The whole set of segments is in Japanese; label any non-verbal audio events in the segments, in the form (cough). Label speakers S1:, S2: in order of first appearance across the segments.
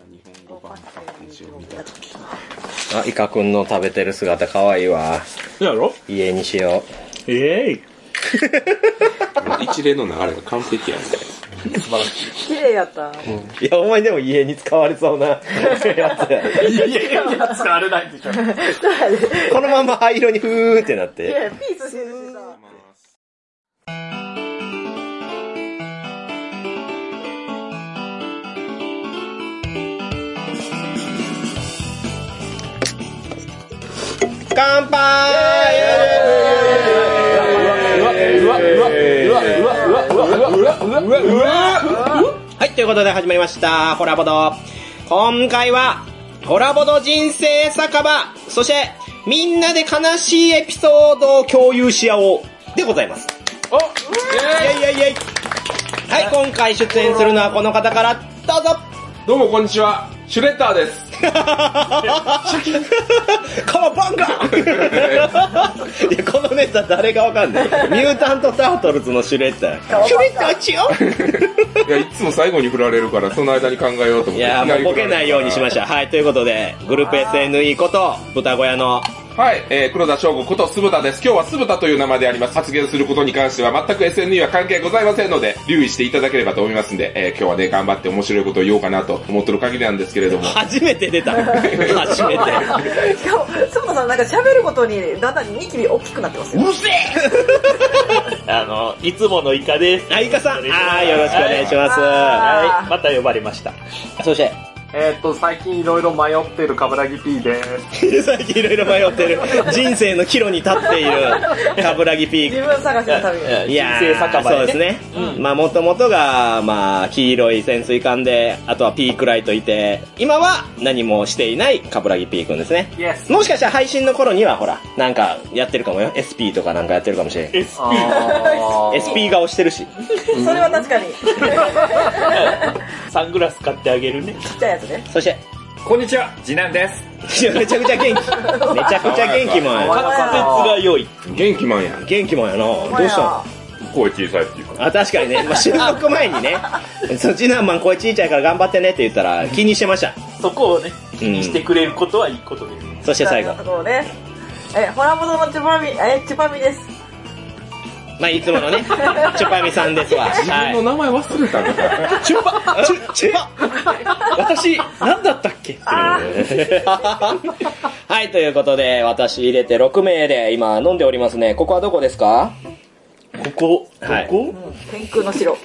S1: か
S2: あ、イカくんの食べてる姿かわいいわ。
S1: やろ
S2: 家にしよ
S1: ええ
S3: 一連の流れが完璧やね
S4: 綺麗やった。
S2: う。 (laughs) いや、お前でも家に使われそうな (laughs) やつや。
S1: いやいや、使われないでしょ。
S2: このまま灰色にふーんってなっ
S4: い
S2: て。
S4: や、ピースしてるしさ。
S2: 乾
S1: う
S2: 杯
S1: わ、うわ、うわ、うわ、うわ、うわ、うわ、うわ、うわ、うわ、うわ、
S2: はい、ということで始まりました、ホラボド。今回は、ホラボド人生酒場、そして、みんなで悲しいエピソードを共有し合おう、でございます。
S1: お
S2: イェイイェイイェイはい、今回出演するのはこの方から、どうぞ
S3: どうもこんにちは、シュレッダーです。
S2: カワバンガ (laughs) いや、このネタ誰がわかんない。ミュータントタートルズのシュレッダー。シュレッダーちよ (laughs)
S3: いや、いつも最後に振られるから、その間に考えようと思って。
S2: いやもうボケないようにしました。はい、ということで、グループ SNE こと、豚小屋の、
S3: た。はい、えー、黒田翔吾こと酢豚です。今日は酢豚という名前であります。発言することに関しては全く SNE は関係ございませんので、留意していただければと思いますんで、えー、今日はね、頑張って面白いことを言おうかなと思ってる限りなんですけれども。
S2: 初めて出 (laughs) た。初めて。
S4: しかも、そもそもなんか喋ることに、だんだんニキビ大きくなってますよ。
S5: あの、いつものイカです。
S2: あ、イカさん、あー、よろしくお願いし
S4: は
S2: ま
S5: はい、また呼ばれました。
S2: す。そして、
S6: えーっと、最近いろいろ迷っているカブラギ P で
S2: (laughs)
S6: す。
S2: 最近いろいろ迷ってる、人生の岐路に立っている、カブラギピーク
S4: 自。分探しの旅に。
S5: 人生酒場
S2: そう
S5: で
S2: です
S5: ね。
S2: ね。まあ、もともとが、まあ、黄色い潜水艦で、あとはピークライトいて、今は何もしていないカブラギピー君ですね。
S6: Yes
S2: もしかしたら配信の頃には、ほら、なんかやってるかもよ。SP とかなんかやってるかもしれん。
S6: あー
S2: SP 顔してるし。
S4: (laughs) それは確かに。
S5: サングラス買ってあげるね。
S4: ちっちゃいやつね。
S2: そして、 (laughs)
S1: こんにちは、次男です。
S2: いやめちゃくち
S5: (laughs)
S2: ゃ元気。めちゃくちゃ元気もんや。
S5: 滑舌が良い。
S3: 元気マンやん。
S2: 元気もんやな。どうしたの
S3: 声小さいっていうか。
S2: あ、確かにね。まあ、収録前にね、そっちなんまん声ちいちゃいから頑張ってねって言ったら気にしてました。
S5: そこをね、気にしてくれることはいいことです。
S2: そして最後
S4: と。ころね。え、ホラボドのチュパミ、え、チュパミです。
S2: まあ、いつものね、チュパミさんですわ。
S3: 自分の名前忘れたんだから。
S5: チュパチュチュパ私、何だったっけ
S2: はい、ということで、私入れて6名で今飲んでおりますね。ここはどこですか
S5: ここ、
S2: はい
S4: う
S5: こ
S4: ん天空の城。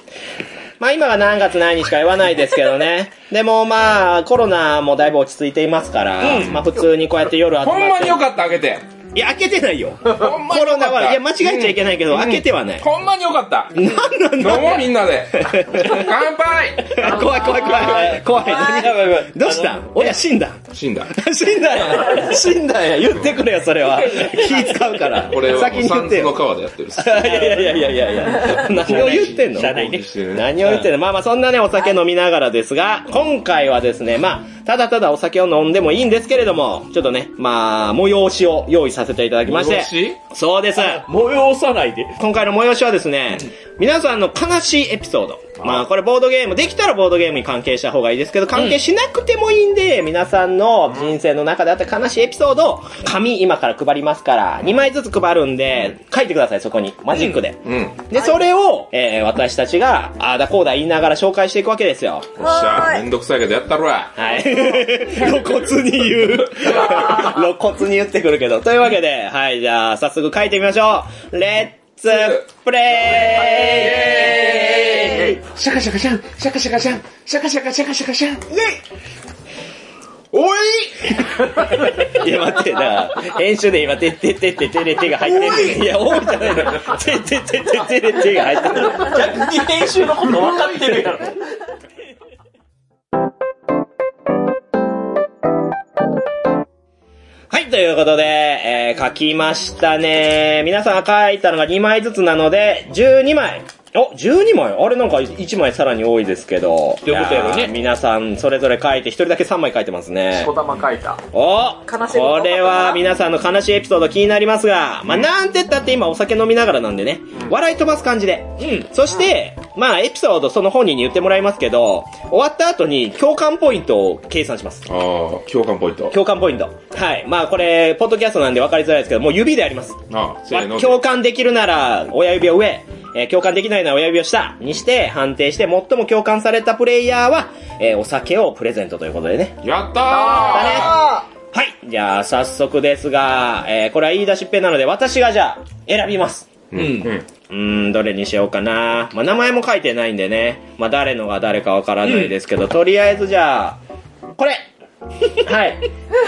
S2: まあ今は何月何日か言わないですけどね。でもまあ、コロナもだいぶ落ち着いていますから、まあ普通にこうやって夜集ま
S3: ほ
S2: って。
S3: んまによかった、あげて。
S2: いや、開けてないよ。コ
S3: ほんまによか
S2: ロ
S3: った
S2: ナは、いや、間違えちゃいけないけど、開けてはない。
S3: ほんまによかった。
S2: なん
S3: 飲もうみんなで。乾杯
S2: あ (laughs) 怖い怖い怖い。怖い。何がどうした親死
S3: (laughs)
S2: んだ。
S3: 死んだ。
S2: 死ん
S3: (laughs)
S2: だや。死んだや。言ってくれよ、それは。気使うから。
S3: これは
S2: 先
S3: もう
S2: に
S3: サ
S2: 言っ
S3: ン
S2: て
S3: ズの
S2: よ。
S3: 川でやってる。
S2: いやいやいやいやいやいや。何を言ってんの
S5: じゃないね。
S2: 何を言ってんのまあまあそんなねお酒飲みながらですが、今回はですね、まあ、ただただお酒を飲んでもいいんですけれども、ちょっとね、まあ、催しを用意させていただきまして。
S3: 催し
S2: そうです。
S5: 催さないで。
S2: 今回の催しはですね、皆さんの悲しいエピソード。まあこれボードゲーム、できたらボードゲームに関係した方がいいですけど、関係しなくてもいいんで、皆さんの人生の中であった悲しいエピソードを、紙今から配りますから、2枚ずつ配るんで、書いてください、そこに。マジックで。
S3: うん。
S2: で、それを、えー、私たちが、あーだこうだ言いながら紹介していくわけですよ。
S3: おっし
S4: は
S3: ゃ、
S4: ーい
S3: めんどくさいけどやったろや。
S2: はい。 (laughs) 露骨に言う。 (laughs) 露骨に言ってくるけど。というわけで、はい、じゃあ、早速書いてみましょう。レッツプレイ
S3: シャカシャカシャン、シャカシャカシャン、シャカシャカシャカシャカシャン。イェイおい
S2: いや、待って、だから、編集で今、てってってっててれてが入ってる。いや、多いじゃないの。てってってっててれてが入ってる。
S5: 逆に編集のこと分かってるやろ。
S2: はい、ということで、えー、書きましたね。皆さん書いたのが2枚ずつなので、12枚。お、12枚あれなんか1枚さらに多いですけど。
S1: ということやろね
S2: いー皆さんそれぞれ書いて、1人だけ3枚書いてますね
S6: しこ。たま書いた。
S2: お
S4: 悲しいこと
S2: これは皆さんの悲しいエピソード気になりますが、まあ、なんて言ったって今お酒飲みながらなんでね、笑い飛ばす感じで。
S1: うん。
S2: そして、まあ、エピソードその本人に言ってもらいますけど、終わった後に共感ポイントを計算します。
S3: ああ、共感ポイント。
S2: 共感ポイント。はい。まあ、これ、ポッドキャストなんで分かりづらいですけど、もう指であります。
S3: ああ、せー
S2: ま
S3: の
S2: あ。共感できるなら、親指を上、えー共感できないなら親指を下にして、判定して、最も共感されたプレイヤーは、えーお酒をプレゼントということでね。
S3: やったー
S4: あ
S2: はい。じゃあ、早速ですが、えーこれは言い出しっぺなので、私がじゃあ、選びます。
S3: うん。うん。
S2: うーん、どれにしようかな。まあ、名前も書いてないんでね。まあ、誰のが誰かわからないですけど、とりあえずじゃあ、これはい。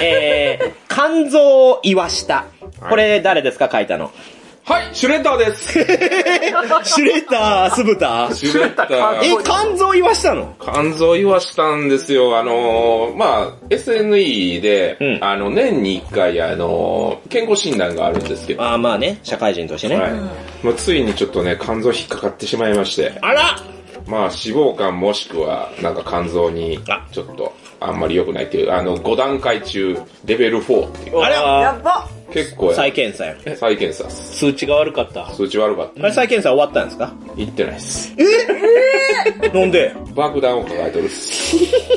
S2: えー、肝臓を言わした。これ誰ですか書いたの。
S3: はい、シュレッダー
S2: (laughs)
S3: です。シ
S2: シュレッダー、酢豚。
S3: ュレッダー
S2: え、肝臓言わしたの
S3: 肝臓言わしたんですよ。あのーまあ、SNE で、
S2: うん
S3: あの、年に一回、あのー健康診断があるんですけど、
S2: ああ、まあね、社会人としてね。
S3: はい。まあ、ついにちょっとね、肝臓引っかかってしまいまして、
S2: あら
S3: まあ、脂肪肝もしくは、なんか肝臓に
S2: あ、
S3: ちょっと、あんまり良くないっていう、あの、5段階中、レベル4っていう。
S2: あ
S4: ーや
S2: ら
S4: ば
S3: 結構や、
S2: 再検査や。
S3: 再検査っす。
S1: 数値が悪かった。
S3: 数値悪かった。
S2: あれ再検査終わったんですか
S3: いってないっす。
S2: なんで
S3: 爆弾を抱えてるっす。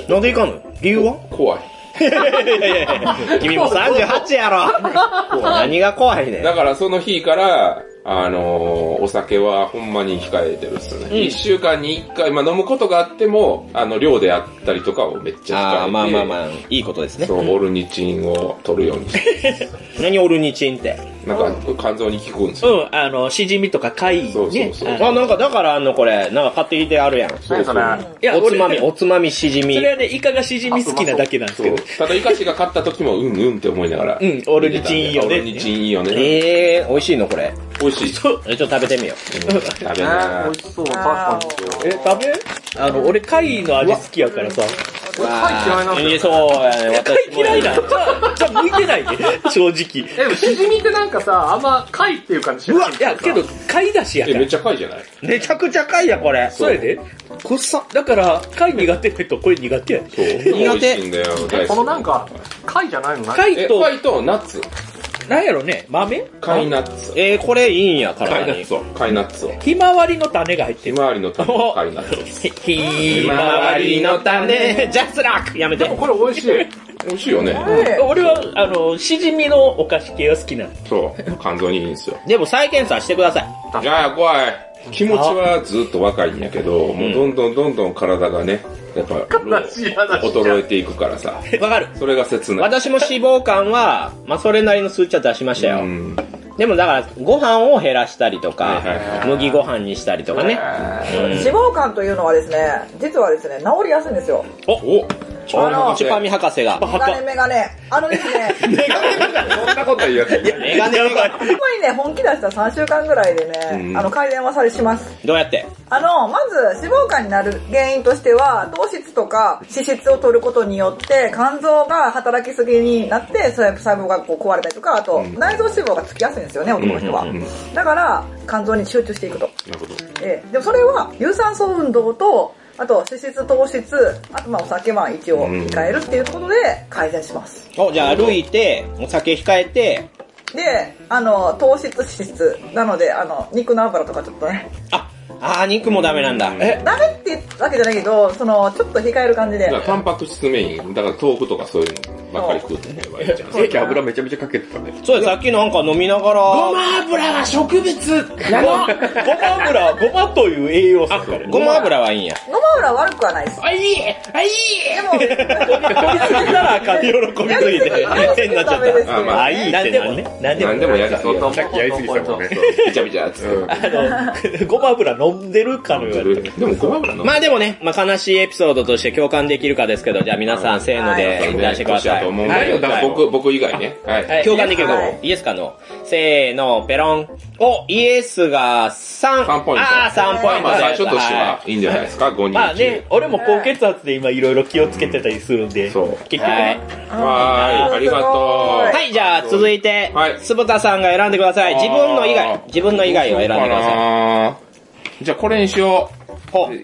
S2: なんでいかんの理由は
S3: 怖い。
S2: いやいやいや (laughs) 君も38やろ何が怖いねん
S3: だからその日から、あのーお酒はほんまに控えてるっすね。一、週間に一回、まあ飲むことがあっても、あの、量であったりとかをめっちゃ控えて。
S2: ああ、まあまあまあ、いいことですね
S3: そ。う、オルニチンを取るよう
S2: (laughs)
S3: にして。
S2: 何オルニチンって。
S3: なんか、肝臓に効くんです
S1: う
S3: よ。
S1: ん、あの、しじみとか貝
S3: そうそ
S1: ね
S3: う。そう
S1: あ
S2: あ、なんかだからあんのこれ、なんか買ってきてあるやん。
S3: そうそう。
S1: いや、
S2: おつまみ、
S1: 俺
S2: おつまみしじみ
S1: そ。れはね、イカがしじみ好きなだけなんです
S3: そ
S1: け
S3: う
S1: ど。
S3: ただ、イカシが勝った時も、うんうんって思いながら。
S1: うんオルニチンいいよね
S3: オルニチンいいよね。
S2: ええー、美味しいのこれ。
S3: 美味しい。
S1: そう
S2: えちょっと食べてみよ
S3: うん食べ
S6: ね
S3: な
S6: 美味しそう、確かに。
S2: う。え、食べ
S1: あの、俺、貝の味好きやからさ。
S6: 俺、貝嫌いなんですよ。
S2: そうやね、
S1: 貝
S2: 私も。
S1: 嫌いだ。
S2: (laughs)
S1: じゃあ、じゃあ向いてないね。正直。い
S6: え、でもシジミってなんかさ、あんま貝っていう感じしない。
S1: や、けど、貝だしやか
S3: え、めっ
S1: ら。
S3: ちゃ貝じゃない
S2: めちゃくちゃ貝や、これ。
S1: そうやで。こっさ。だから、貝苦手な人、これ苦手やで。
S3: そう。でも美味しいんだよ。大好き
S6: このなんか、貝じゃないのなんか
S1: 貝
S3: え、
S1: と、
S3: 貝とナッツ。
S1: なんやろね、豆
S3: 貝ナッツ。
S2: えー、これいいんや、体
S3: 貝ナ
S2: に
S3: ッ。ツを。貝ナッツを。
S1: ひまわりの種が入って
S3: ひ
S1: る。
S3: まわりの種の貝ナッツ。
S1: ひ、ひ
S2: ひまわりの種、ジャスラックやめて。
S6: これ美味しい。
S3: 美味しいよね。
S1: 俺は、あの、しじみのお菓子系が好きなの。
S3: そう。肝臓にいいんですよ。
S2: でも再検査してください。
S3: いやいや、怖い。気持ちはずっと若いんやけど、もうどんどんどんどん体がね、やっぱ、
S6: 悲しい話じゃん
S3: 衰えていくからさ。
S2: わかる。
S3: それが切ない。
S2: 私も脂肪肝は、まあ、それなりの数値は出しました
S3: う
S2: よ。
S3: ん。
S2: でもだから、ご飯を減らしたりとか
S3: はいはいは、い
S2: 麦ご飯にしたりとかね。
S4: ー脂肪肝というのはですね実はですね治りやすいんですよ
S3: おお
S2: チュパミ博士が。
S1: バ
S4: 眼鏡
S1: カ。
S4: メガネあの
S2: (laughs)
S4: ですねこ
S3: そんなことは言わない。
S2: メガネ
S1: やばい。
S4: こにね本気出した3週間ぐらいでね、
S3: うん
S4: あの改善はされします
S2: どうやって
S4: あの、まず脂肪肝になる原因としては、糖質とか脂質を取ることによって、肝臓が働きすぎになって、そういう細胞がこう壊れたりとか、あと、内臓脂肪がつきやすいんですよね、男の人は
S3: うんうんうん。
S4: だから、肝臓に集中していくと。
S3: なるほど。
S4: ええでもそれは、有酸素運動と、あと、脂質、糖質、あと、まあ、お酒は一応控えるっていうことで、改善します。
S2: お、じゃあ歩いて、お酒控えて、
S4: で、あの、糖質、脂質、なので、あの、肉の油とかちょっとね、
S2: あ、あー、肉もダメなんだ。え、
S4: ダメってわけじゃないけど、その、ちょっと控える感じで
S3: だか。ら、タンパク質メイン。だから、豆腐とかそういうのばっかり食うってね、ばいちゃん。
S4: そうだな
S6: めちゃめちゃかけてたね。
S2: そうや、さっきなんか飲みながら、
S1: ご
S2: ごま
S1: ま、ごま油、ごまという栄養素だから。
S2: ごま油はいいんや。
S4: 野間浦は悪くはないです。
S1: あ、いいあ、いい
S4: でも、
S1: たらあかん。喜びす
S4: (laughs)
S1: ぎて。変になっちゃった。
S3: あま
S1: あ、いいって何ね。何でも。
S3: 何でもやりすぎ
S6: さ
S3: や。
S6: っきやりすぎたもんね。
S3: びちゃびちゃっつって。
S1: あの、 (laughs) ごま油飲んでるかのようやった
S3: でも、ごま油の。
S2: まあでもね、まあ悲しいエピソードとして共感できるかですけど、じゃあ皆さんせーの
S4: は
S2: で、出してください。
S3: と思うんだけど、だから僕、僕以外ね。はい。
S2: 共感できるか
S4: はい
S2: も。イエスかノー。せーの、ペロン。お、イエスが3。
S3: 3ポイント
S2: あー、3ポイント。
S3: まあ、最初としては
S2: はい
S3: いんじゃないですか、5人。
S1: まあね、俺も高血圧で今いろいろ気をつけてたりするんで。
S3: そう
S1: 結局
S2: はい
S1: ね。。
S3: はーい、ありが
S4: は
S3: と
S2: はい、じゃあ続いて
S3: は、い
S2: すぼたさんが選んでください。
S3: あー
S2: 自分の以外、自分の
S3: う。
S2: 以外を選んでください。
S3: さじゃあこれにしよう。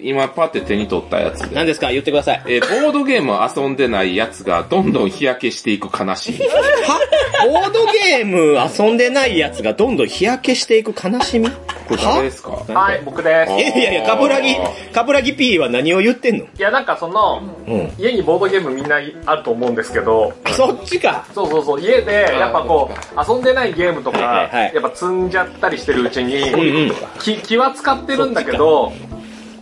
S3: 今パって手に取ったやつで。
S2: 何ですか言ってください。
S3: えーボードゲームを遊んでないやつがどんどん日焼けしていく悲しみ。
S2: はボードゲーム遊んでないやつがどんどん日焼けしていく悲しみ
S3: これ誰ですか
S6: はい、僕です。
S2: いやいやいや、カブラギ、カブラギ P は何を言ってんの
S6: いや、なんかその、
S2: うん。
S6: 家にボードゲームみんなあると思うんですけど、
S2: そっちか。
S6: そうそうそう、家で、やっぱこう、遊んでないゲームとか、
S2: はいはいはい
S6: やっぱ積んじゃったりしてるうちに、
S2: うん。
S6: 気気は使ってるんだけど、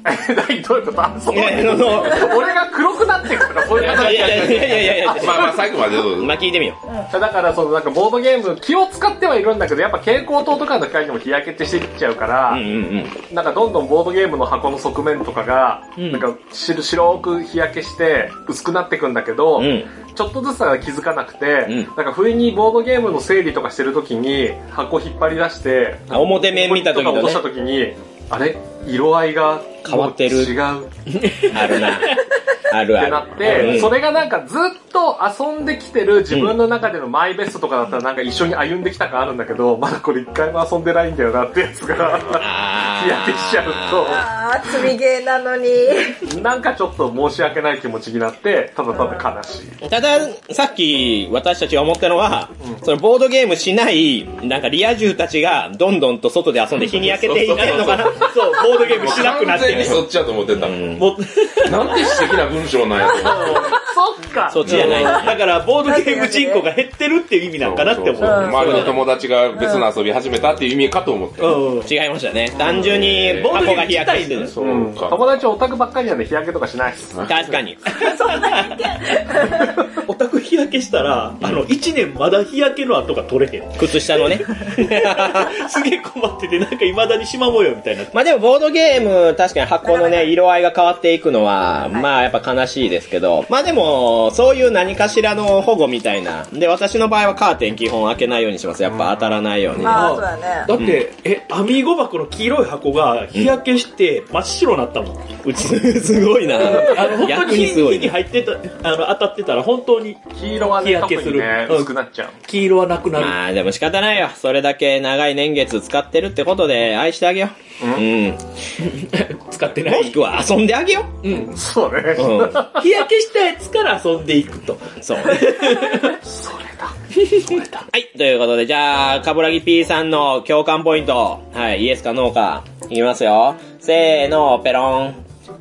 S6: え、 (laughs) 何どういうことあそう
S2: いやいやあ
S3: (laughs)
S2: の
S6: 俺が黒くなってくるから、そういう
S2: いや
S6: 形
S2: いやいやいやいやいや。
S3: まあまあ最後までどうぞ
S2: まあ聞いてみよう。
S6: だから、そのなんかボードゲーム、気を使ってはいるんだけど、やっぱ蛍光灯とかの光でも日焼けってしてきちゃうから、
S2: うんうんうん。
S6: なんかどんどんボードゲームの箱の側面とかが、
S2: うん
S6: なんか白白く日焼けして薄くなってくんだけど、
S2: うん
S6: ちょっとずつだから気づかなくて、
S2: うん
S6: なんか不意にボードゲームの整理とかしてる時に箱引っ張り出して、
S2: あ表面見た時
S6: とか
S2: の
S6: 落と
S2: ね
S6: した。時に、あれ色合いが
S2: 変わってる
S6: もう違うっ
S2: ある
S6: (laughs)
S2: な。ある
S6: てな
S2: あ
S6: っ
S2: る。う
S6: て、
S2: ん
S6: それがなんかずっと遊んできてる自分の中でのマイベストとかだったらなんか一緒に歩んできた感あるんだけど、まだこれ一回も遊んでないんだよなってやつが、
S2: あー
S6: (laughs) 日焼けしちゃうと。
S4: ああ、積みゲーなの
S1: (laughs)
S4: に。
S6: なんかちょっと申し訳ない気持ちになって、ただただ悲しい。
S2: ただ、さっき私たちが思ったのは、そのボードゲームしない、なんかリア充たちがどんどんと外で遊んで日に焼けていってんのかな。そう、ボードゲームしなくな
S3: 完
S2: って
S3: 全
S2: る
S3: に。そっちやと思ってた。
S2: も
S3: なんて素敵な文章なんやと思って
S6: そっか
S2: そっちじゃない。
S5: だから、ボードゲーム人口が減ってるっていう意味なんかなって思
S3: そうそうそ
S5: う。
S3: う周りの友達が別の遊び始めたっていう意味かと思って。
S5: うん。
S2: 違いましたね。単純に箱が日焼けしてる。
S3: そううんか。
S6: 友達オタクばっかりなんで日焼けとかしないっす。
S2: 確かに。
S5: オタク日焼けしたら、あの、1年まだ日焼けの跡が取れ (laughs) へん。
S2: 靴下のね。
S6: (laughs)
S5: すげえ困ってて、なんか未だに縞模様みたいになって。
S2: まあでもボードゲーム、確かに箱のね、色合いが変わっていくのは、まあやっぱ悲しいですけど、まあでも、そういう何かしらの保護みたいな。で、私の場合はカーテン基本開けないようにします。やっぱ当たらないように。
S4: ああ、そ
S1: (laughs)
S4: うだね。
S5: だって、え、アミーゴ箱の黄色い箱が日焼けして真っ白になったもん。
S2: うち、すごいな
S5: (laughs) あの、。本当
S2: 逆
S5: に
S2: にすご
S5: 火
S2: い
S5: に
S2: ね。
S5: 入ってた、あの、当たってたら本当に
S6: 黄色は
S5: 日
S6: ね、
S5: 焼
S6: 特
S5: けす
S6: に
S5: る
S6: ね、
S5: うん
S6: 薄くなっちゃう。
S5: 黄色はなくなる。
S2: まあでも仕方ないよ。それだけ長い年月使ってるってことで愛してあげよう。うん。
S5: 使ってな
S2: もし
S5: い。
S2: くは遊んであげよう。
S6: そうね。
S5: (laughs)
S2: うん。
S5: 日焼けしたやつから遊んでいく (laughs) と。
S2: そう。それだ。はい、ということで、じゃあ、カブラギ P さんの共感ポイント。はい、イエスかノーか。いきますよ。せーの、ペロン。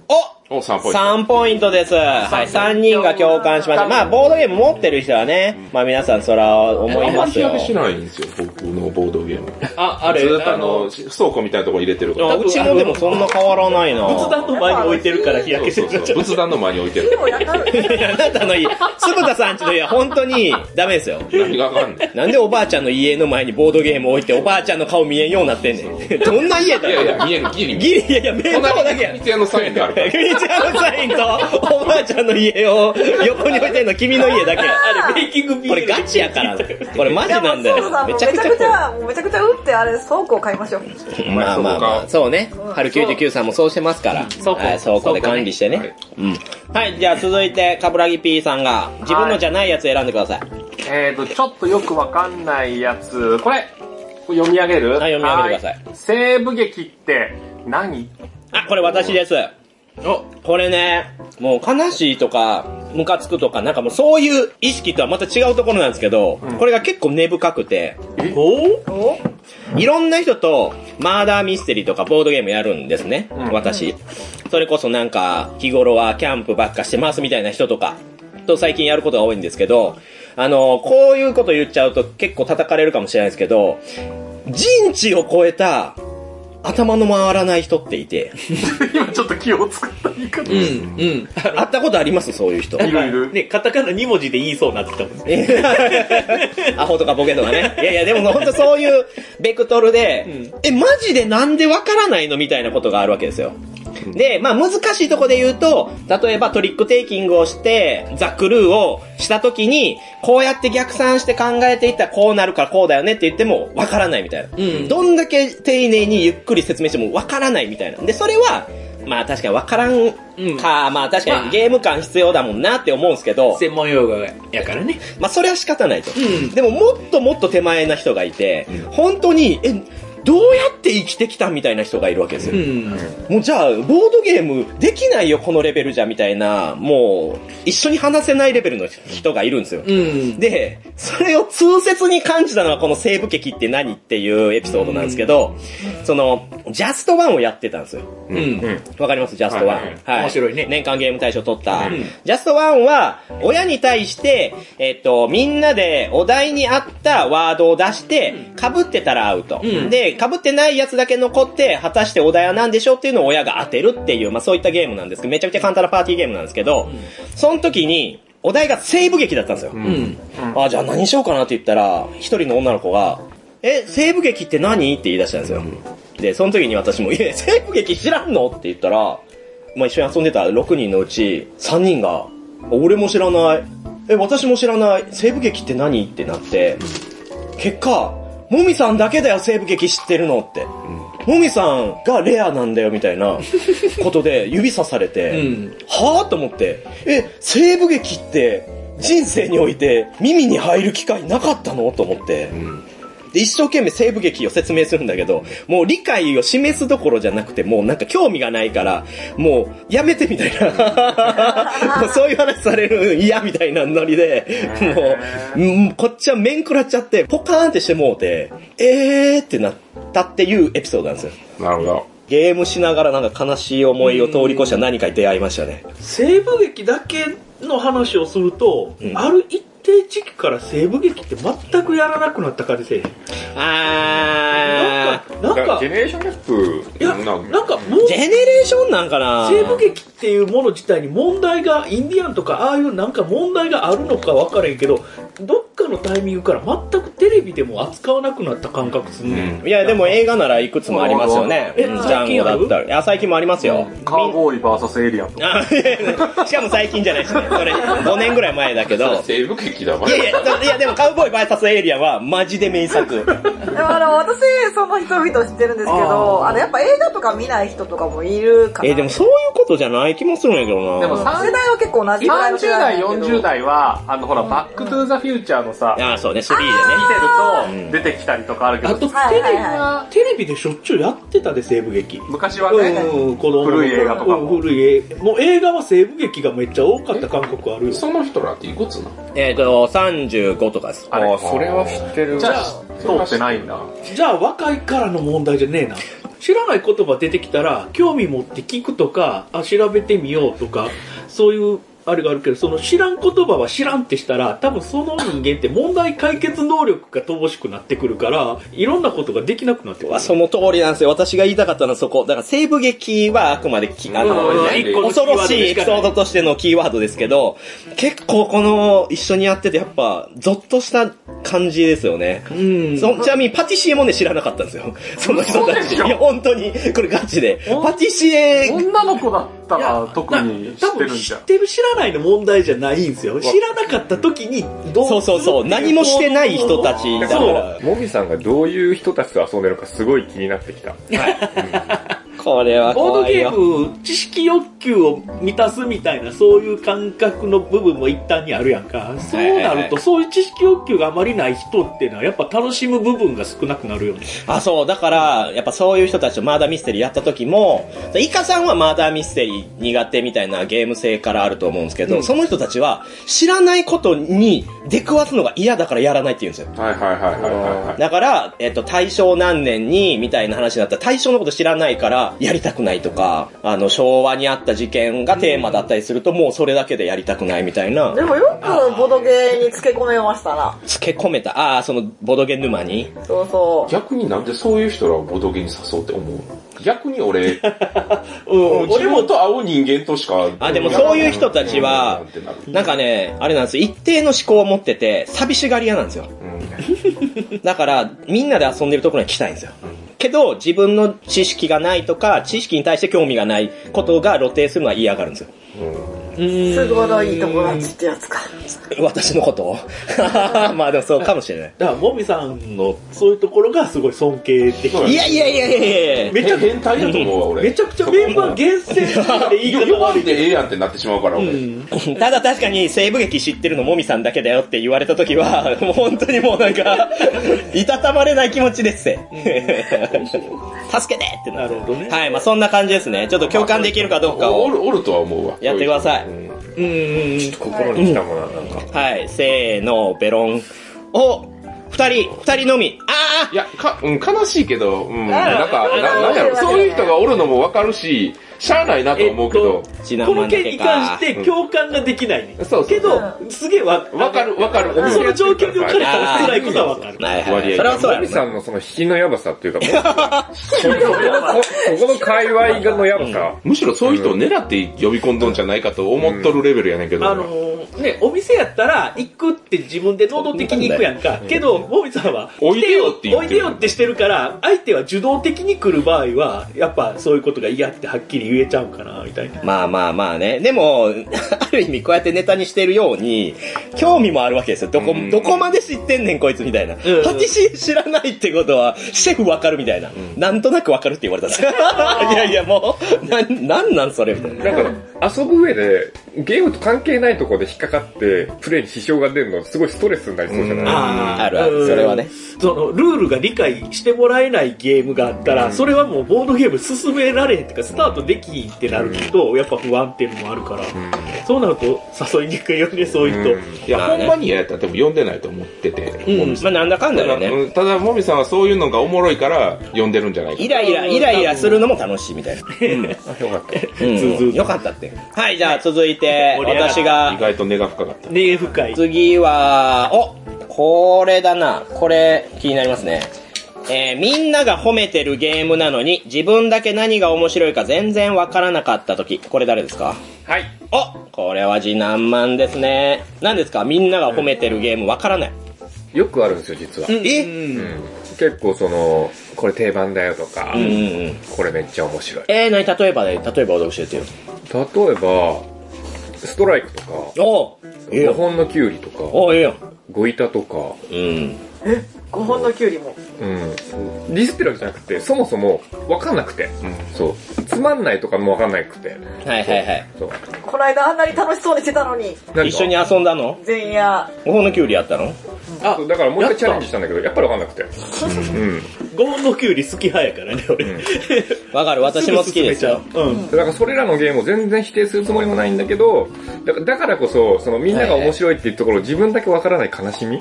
S2: お
S3: お、3ポイント。
S2: 3ポイントです。はい、3人が共感しました。まあ、ボードゲーム持ってる人はね、まあ皆さんそら思
S3: あ
S2: い
S3: んま
S2: ま
S3: り
S2: す
S3: 日
S2: よ
S3: 焼。けしないんですよ、僕のボードゲーム。
S5: (laughs) あ、あれ、
S3: ずーっと
S5: あ
S3: あ
S5: の、
S3: の、倉庫みたいなところに入れてるから。
S2: あうちもでもそんな変わらないな。
S5: 仏壇の前に置いてるから日焼けして
S3: そう
S5: る
S3: そうそう。仏壇の前に置いてる
S4: で。もやったる。
S2: いやあなたの家、坪田さんちの家は本当にダメですよ。
S3: 何がわかんない。
S2: なんでおばあちゃんの家の前にボードゲーム置いておばあちゃんの顔見えんようになってんねん。どんな家
S3: い
S2: だ
S3: やい
S2: よ。
S3: や、見える、ギリ見え
S2: ギリ、いやいや、面
S3: る。
S2: 倒だけや
S3: 隣に。店屋のサインがあるから。
S2: 国ちゃんのサインとおばあちゃんの家を横に置いてんの君の家だけや。
S5: あれ、メイキングビー
S2: これガチやからな。これマジ
S4: でも
S2: なんだよ
S4: そうそう。
S2: め
S4: め
S2: ち
S4: ち
S2: ゃ
S4: ゃ
S2: く
S4: く
S2: ち
S4: ち
S2: ゃ
S4: ゃ
S2: 怖い。
S4: もうめちゃくちゃ打ってあれ倉庫を買いましょう。
S2: まあまあまあ、そうね。春99さんもそうしてますから。
S5: そうか
S2: はいそうこで管理して
S3: は
S2: ね
S3: い。
S2: うん。はい、じゃあ続いて、カブラギ P さんが、自分のじゃないやつ選んでください。
S6: えーと、ちょっとよくわかんないやつ、これ、これ読み上げる
S2: はい読み上げてください
S6: は西部劇って何
S2: あ、これ私です。お、これね、もう悲しいとか、ムカつくとか、なんかもうそういう意識とはまた違うところなんですけど、これが結構根深くて、
S5: お
S4: お
S2: いろんな人と、マーダーミステリーとかボードゲームやるんですね、
S6: うん
S2: 私。それこそなんか、日頃はキャンプばっかしてますみたいな人とか、と最近やることが多いんですけど、あの、こういうこと言っちゃうと結構叩かれるかもしれないですけど、人知を超えた、頭の回らない人ってい (laughs) て、
S6: (laughs) 今ちょっと気を使った言い方。
S5: うん、うん。
S2: 会ったことありますそういう人。
S6: いろいろ。
S5: ね、カタカナ2文字で言いそうになってきたもんね。
S2: (laughs) アホとかボケとかね。いやいや、でも本当そういうベクトルで、え、マジでなんでわからないのみたいなことがあるわけですよ。で、まあ難しいとこで言うと、例えばトリックテイキングをして、ザ・クルーをした時に、こうやって逆算して考えていったらこうなるからこうだよねって言ってもわからないみたいな。
S5: ん
S2: どんだけ丁寧にゆっくり説明してもわからないみたいな。で、それは、まあ確かにわからんか、まあ確か
S5: ま
S2: に
S5: あ
S2: ゲーム感必要だもんなって思うんですけど。
S5: 専門用語やからね。
S2: まあそれは仕方ないと。
S5: ん
S2: でももっともっと手前な人がいて、本当に、え、どうやって生きてきたみたいな人がいるわけですよ。もうじゃあ、ボードゲームできないよ、このレベルじゃ、みたいな、もう、一緒に話せないレベルの人がいるんですよ。で、それを通説に感じたのはこの西部劇って何っていうエピソードなんですけど、その、ジャストワンをやってたんですよ。わかりますジャストワン。
S3: はい
S2: は
S3: はいい。
S5: 面白いね
S2: 年間ゲーム大賞取った。ジャストワンは、親に対して、えっと、みんなでお題に合ったワードを出して、被ってたらアウト。で、被ってないやつだけ残って、果たしてお題は何でしょうっていうのを親が当てるっていう、まあそういったゲームなんですけど、めちゃくちゃ簡単なパーティーゲームなんですけど、その時に、お題が西部劇だったんですよ。あ、じゃあ何しようかなって言ったら、一人の女の子が、え、西部劇って何って言い出したんですよ。で、その時に私も、いや、西部劇知らんのって言ったら、まあ、一緒に遊んでた6人のうち3人が、俺も知らない、え、私も知らない、西部劇って何ってなって、結果、もみさんだけだよ、西部劇知ってるのって。もみさんがレアなんだよ、みたいなことで指さされて、はぁと思って、え、西部劇って人生において耳に入る機会なかったのと思って、で、一生懸命西部劇を説明するんだけど、もう理解を示すどころじゃなくて、もうなんか興味がないから、もうやめてみたいな。もうそういう話されるん嫌みたいなノリで、もううん、こっちは面食らっちゃって、ポカーンってしてもうて、えーってなったっていうエピソードなんですよ。
S3: なるほど。
S2: ゲームしながらなんか悲しい思いを通り越した何かに出会いましたね。
S5: 西部劇だけの話をすると、
S2: うん
S5: ある一定時期から西部劇って全くやらなくなった感じせえへんなん
S2: あ
S5: か、なん
S3: だから
S5: か
S3: ジェ、ネレーションギャッ
S5: いや、
S3: プ
S5: なんかもう
S2: ー、ジェネレーションなんかな
S5: 西部劇っていうもの自体に問題が、インディアンとか、ああいうなんか問題があるのか分からへんけど、どっかのタイミングから全くテレビでも扱わなくなった感覚すんねん。
S2: いや、でも映画ならいくつもありますよね。
S5: え
S2: うんジ
S5: 最近
S2: ャ
S5: あ
S2: ン
S5: る
S2: ゴだったら。いや、最近もありますよ。
S6: カーボーイ VS エイリアンとか。
S2: あ (laughs) しかも最近じゃないしね。それ、5年ぐらい前だけど。
S3: 西部劇だわ
S2: い。やいやだ、いやでもカウボーイ VS エイリアンはマジで名作。
S4: でもあの、私、その人々知ってるんですけど、あの、やっぱ映画とか見ない人とかもいるから。
S2: え、でもそういうことじゃない気もするんやけど
S6: で
S2: な
S6: も。さ
S4: 世代は結構同じぐらいの
S6: 30
S4: 世代
S6: 代、
S4: なんだけど
S6: 40代は、あの、ほら、バックトゥーザフューチャーのさ、
S2: ああ、そうね、3でね。
S6: 見てると出てきたりとかあるけ
S5: あ
S6: ど、
S5: と、テ
S4: はい
S5: レビ、
S4: はいは
S5: テレビでしょっちゅうやってたで、西部劇。
S6: 昔はね、
S5: うん、子供の頃
S6: 古い映画とかも
S5: うん古い映もう映画は西部劇がめっちゃ多かった感覚あるよ。
S3: その人らっていくつなの
S2: えっと、35とかです。
S6: あれ、
S3: それは知ってる
S6: じゃあ、通ってないんだ。
S5: じゃあ若いからの問題じゃねえな。知らない言葉出てきたら、興味持って聞くとか、あ、調べてみようとか、そういう、あれがあるけど、その知らん言葉は知らんってしたら、多分その人間って問題解決能力が乏しくなってくるから、いろんなことができなくなってくる
S2: あ。その通りなんですよ。私が言いたかったのはそこ。だから西部劇はあくまでき、あの、
S5: うん
S3: 一個
S5: のキー
S2: 恐
S5: ワード
S2: ろしいエピソードとしてのキーワードですけど、結構この一緒にやっててやっぱ、ゾッとした感じですよね。
S5: うん。
S2: そちなみにパティシエもね知らなかったんですよ。その人たち。いや、本当に、これガチで。パティシエ、
S6: 女の子だった
S5: いや
S6: ら特に知
S5: な
S6: っ
S5: 多
S6: て
S5: 分
S6: るんじ
S5: 知
S6: ゃ
S5: ってる知らないの問題じゃないんですよ。知らなかった時にどう
S2: そうそうそう、何もしてない人たちだか
S5: そう
S2: ら。
S7: もみさんがどういう人たちと遊んでるのかすごい気になってきた。
S2: これは
S5: ボード
S2: 怖い
S5: ゲ
S2: よ。
S5: ーム、知識欲求を満たすみたいな、そういう感覚の部分も一旦にあるやんか。そうな
S2: はいはい
S5: る
S2: は
S5: と、そういう知識欲求があまりない人っていうのは、やっぱ楽しむ部分が少なくなるよね。
S2: あ、そう、だから、やっぱそういう人たちとマーダーミステリーやった時も、イカさんはマーダーミステリー苦手みたいなゲーム性からあると思うんですけど、その人たちは知らないことに出くわすのが嫌だからやらないって言うんですよ。
S3: はいはいはいはいはいはい。
S2: だから、えっと、大正何年に、みたいな話になったら、大正のこと知らないから、やりたくないとか、あの、昭和にあった事件がテーマだったりすると、もうそれだけでやりたくないみたいな
S4: で、もよくボドゲーに付け込めましたな。
S2: 付け込めた、ああ、その、ボドゲ沼に。
S4: そうそう。
S3: 逆になんでそういう人らをボドゲに誘うって思うの逆に俺、
S5: うん、
S3: 自
S5: 俺も
S3: 分、と会う人間としか。
S2: あでもそういう人たちは
S3: うんなる
S2: なんかね、あれなんですよ、一定の思考を持ってて、寂しがり屋なんですよ。だから、みんなで遊んでるところに来たいんですよ。けど、自分の知識がないとか、知識に対して興味がないことが露呈するのは嫌がるんですよ。
S3: うん
S4: 都合のいい友達ってやつか。
S2: 私のこと (laughs) まあでもそうかもしれない。
S5: だから、もみさんのそういうところがすごい尊敬でき
S3: そう
S5: る。
S2: いやいやいやいやいや
S5: めちゃく
S3: 変態だと思うわ、俺。
S5: めちゃくちゃメンバー厳選でいい
S3: よ
S5: か
S3: 呼ば
S5: ら
S3: れ。てええやんってなってしまうから、俺。
S2: (laughs) ただ確かに西部劇知ってるのもみさんだけだよって言われた時は、 (laughs) もう本当にもうなん
S5: (laughs)
S2: か、いたたまれない気持ちですぜ。助けてってな
S5: な
S2: る。
S5: るほどね。
S2: はい、まあそんな感じですね。ちょっと共感できるかどうか
S3: お
S2: を。
S3: る、おるとは思うわ。
S2: やってください
S3: うん
S5: うんうんうん。
S7: 心に来たものはなんか。
S2: はい、せーの、ベロン。お二人、二人のみ。あ
S3: いや、か、うん、悲しいけど、うん、なんか、
S4: あ
S3: な、なんやろ、
S4: そう
S3: そう
S4: い
S3: い
S4: うわけね
S3: う人がおるのもわかるし、しゃあないなと思うけど、
S2: あちな
S5: こ
S2: ま
S5: の
S2: んだ
S5: 件
S2: け
S5: に関
S2: か
S5: し。て共感ができないね。
S3: そうそう
S5: けど、すげえわ、
S3: わかる、わかる、お
S5: そ
S3: 店や
S5: の
S3: って
S5: 状
S3: る
S5: 況で
S3: か
S5: 分
S3: らさ
S5: かるから辛いことは分かる。
S2: はいは
S3: 割
S2: い。
S3: 合
S2: それはそうや
S7: マ
S2: ろ
S7: ミ
S2: な
S7: さんのその引きのやばさっていうか、もうそこの界隈のやばさ。
S3: むしろそういう人を狙って呼び込んどんじゃないかと思っとるレベルやねんけど、
S5: あのーね、お店やったら、行くって自分で能動的に行くやんか。けど、もみさんは、
S3: おいでよって言
S5: お
S3: っ
S5: い
S3: て
S5: で
S3: る
S5: よってしてるから、相手は受動的に来る場合は、やっぱそういうことが嫌ってはっきり言えちゃうかな、みたいな。
S2: まあまあまあね。でも、 (laughs) ある意味こうやってネタにしてるように、興味もあるわけですよ。どこ、どこまで知ってんねんこいつみたいな。
S5: ん
S2: パティシエ知らないってことは、シェフわかるみたいな。なんとなくわかるって言われたんですいやいやもう、な、なんなんそれみたいな。
S7: なんか、遊ぶ上で、ゲームと関係ないところで引っかかって、プレイに支障が出るの、すごいストレスになりそうじゃない
S5: ー
S2: あるある
S5: うん
S2: それはね
S5: その、ルールが理解してもらえないゲームがあったら、それはもうボードゲーム進められへんっていうか、スタートできひんってなると、やっぱ不安っていうのもあるから、そうなると誘いにくいよね、そういう人。
S3: いや、ほんまに嫌やったら多分呼んでないと思ってて、もみさん
S2: まあなんだかんだ
S3: ただ
S2: よね。
S3: うんただ、もみさんはそういうのがおもろいから呼んでるんじゃないか
S2: イライラ、イライラするのも楽しいみたいな。うん。よかったって。はい、じゃあ続いて、
S5: 盛り上がった
S2: 私
S3: 意
S2: が、
S3: 外と根が深かった。
S5: ねえ、深い。
S2: 次は、おこれだな。これ、気になりますね。えーみんなが褒めてるゲームなのに、自分だけ何が面白いか全然わからなかった時。これ誰ですか
S7: はい。
S2: おこれは次男マンですね。何ですかみんなが褒めてるゲームわからない。
S7: よくあるんですよ、実は。
S2: え
S7: うん結構その、これ定番だよとか
S2: うん、うんうん。
S7: これめっちゃ面白い。
S2: えー、何例えばね、例えば教えてよ。
S7: 例えば、ストライクとか、
S2: おええ
S7: 5
S2: よ。
S7: 本のキュウリとか、
S2: おええよ。
S7: ゴイタとか、
S2: うん。
S4: 5本のキュウリも。
S7: うん。ディスってるわけじゃなくて、そもそも分かんなくて、そう。つまんないとかも分かんなくて、
S2: はいはいはい。
S7: そう。
S4: この間あんなに楽しそうにしてたのに、
S2: 一緒に遊んだの
S4: 前夜。
S2: おほのキュウリやったの
S5: あ
S7: そうだからもう一回チャレンジしたんだけど、やっぱり分かんなくて。うん。
S5: 5本のキュウリ好き派やからね、俺。
S2: わかる、私も好きです
S5: (laughs)
S2: よ。。
S5: うん。
S7: だからそれらのゲームを全然否定するつもりもないんだけど、だからだからこそ、そのみんなが面白いっていうところを自分だけわからない悲しみ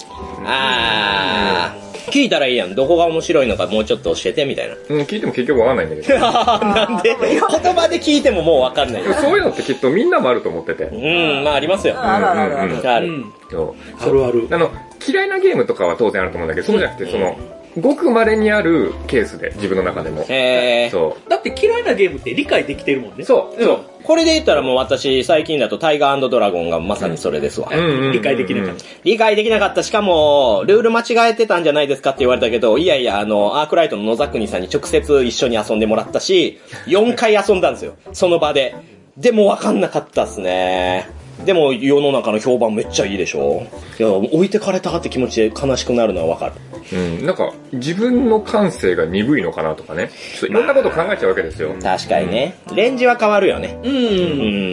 S2: あー。聞いたらいいやん。どこが面白いのかもうちょっと教えてみたいな。
S7: うん、聞いても結局わかんないんだけ (laughs) ど。
S2: なんで言葉で聞いてももうわかんない。
S7: でも
S2: う
S7: そういうのってきっとみんなもあると思ってて。
S2: ん、まあありますよ。
S4: あらららら。
S2: あ
S5: う
S2: る。
S5: ん。
S7: そう
S5: あるある。
S7: あの、嫌いなゲームとかは当然あると思うんだけど、そうじゃなくて、その、ごく稀にあるケースで、自分の中でも。
S2: えー。
S7: そ
S5: だって嫌いなゲームって理解できてるもんね。
S7: う。そう。そう。
S2: これで言ったらもう私、最近だとタイガードラゴンがまさにそれですわ。
S7: うんうんうん
S5: 理解できなかっ
S2: 理解できなかった。しかも、ルール間違えてたんじゃないですかって言われたけど、いやいや、あの、アークライトの野沢国さんに直接一緒に遊んでもらったし、4回遊んだんですよ。その場で。でも分かんなかったっすね。でも世の中の評判めっちゃいいでしょいや、置いてかれたって気持ちで悲しくなるのは分かる。
S7: うん、なんか、自分の感性が鈍いのかなとかね。ちょっといろんなこと考えちゃうわけですよ。
S2: 確かにね。レンジは変わるよね。
S5: た。うん。
S2: う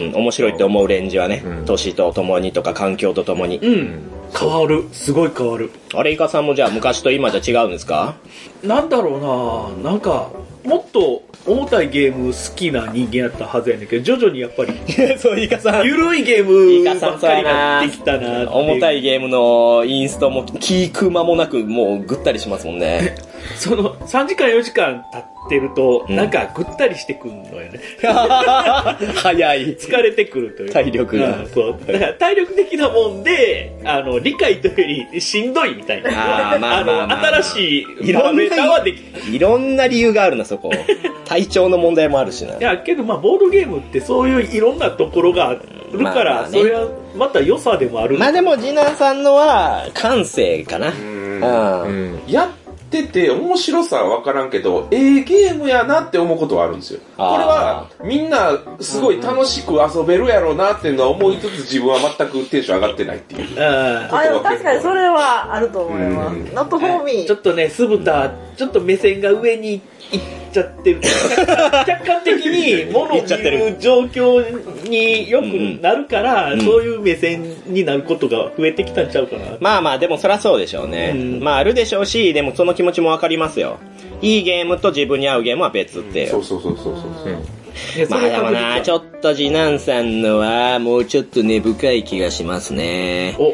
S2: ん、面白いって思うレンジはね。
S7: ん
S2: 年とともにとか環境とともに。
S5: うん。変わる。すごい変わる。
S2: あれ、イカさんもじゃあ昔と今じゃ違うんですか
S5: なんだろうななんか、もっと重たいゲーム好きな人間やったはずやねんけど、徐々にやっぱり、
S2: (laughs) そう、イカさん
S5: ゆるいゲー
S2: イ
S5: ム
S2: カさ
S5: ば
S2: ん
S5: っ
S2: そう
S5: か
S2: や
S5: り
S2: な
S5: なってきたなってう
S2: 重たいゲームのインストも聞く間もなくもうぐったりしますもんね。
S5: その、3時間4時間経ってると、
S2: うん
S5: なんかぐったりしてくんのよね。
S2: 早い。
S5: 疲れてくるというか
S2: 体力が
S5: うんそう。だから体力的なもんで、あの、理解というよりしんどいみたいな。
S2: あーまあまあまあまあ
S5: の新しい
S2: いろんな
S5: メーターはでき。
S2: いろんな理由があるな、そこ。体調の問題もあるしない
S5: や、けどまあ、ボードゲームってそういういろんなところがある
S2: ま
S5: か
S2: あま
S5: ら、
S2: あね
S5: それはまた良さでもある。
S2: まあでも、次男さんのは感性かな。うん。
S7: うん。
S3: やっってて面白さは分からんけど、ええゲームやなって思うことはあるんですよ。これ
S1: あー
S3: はみんなすごい楽しく遊べるやろうなっていうのは思いつつ自分は全くテンション上がってないっていう。
S5: あ
S4: あ、でも確かにそれはあると思いま
S3: うん
S4: す。not for
S5: ー
S4: me
S5: ちょ。っとね、酢豚、ちょっと目線が上に行っちゃって
S2: (laughs)
S5: る。客観的に物を
S2: 行っちゃって
S5: 見る
S2: る
S5: 状況によくなるから、
S2: んうん
S5: そういう目線になることが増えてきたんちゃうかな。
S2: まあまあ、でもそらそうでしょうね。
S5: うん
S2: まああるでしょうし、でもその気持ちもわかりますよ。いいゲームと自分に合うゲームは別っていう。
S3: そうそうそうそうそう。
S2: まあでもな、ち
S5: ょっ
S2: ょっと次男さんのは、もうちょっと根深い気がしますね。
S5: お、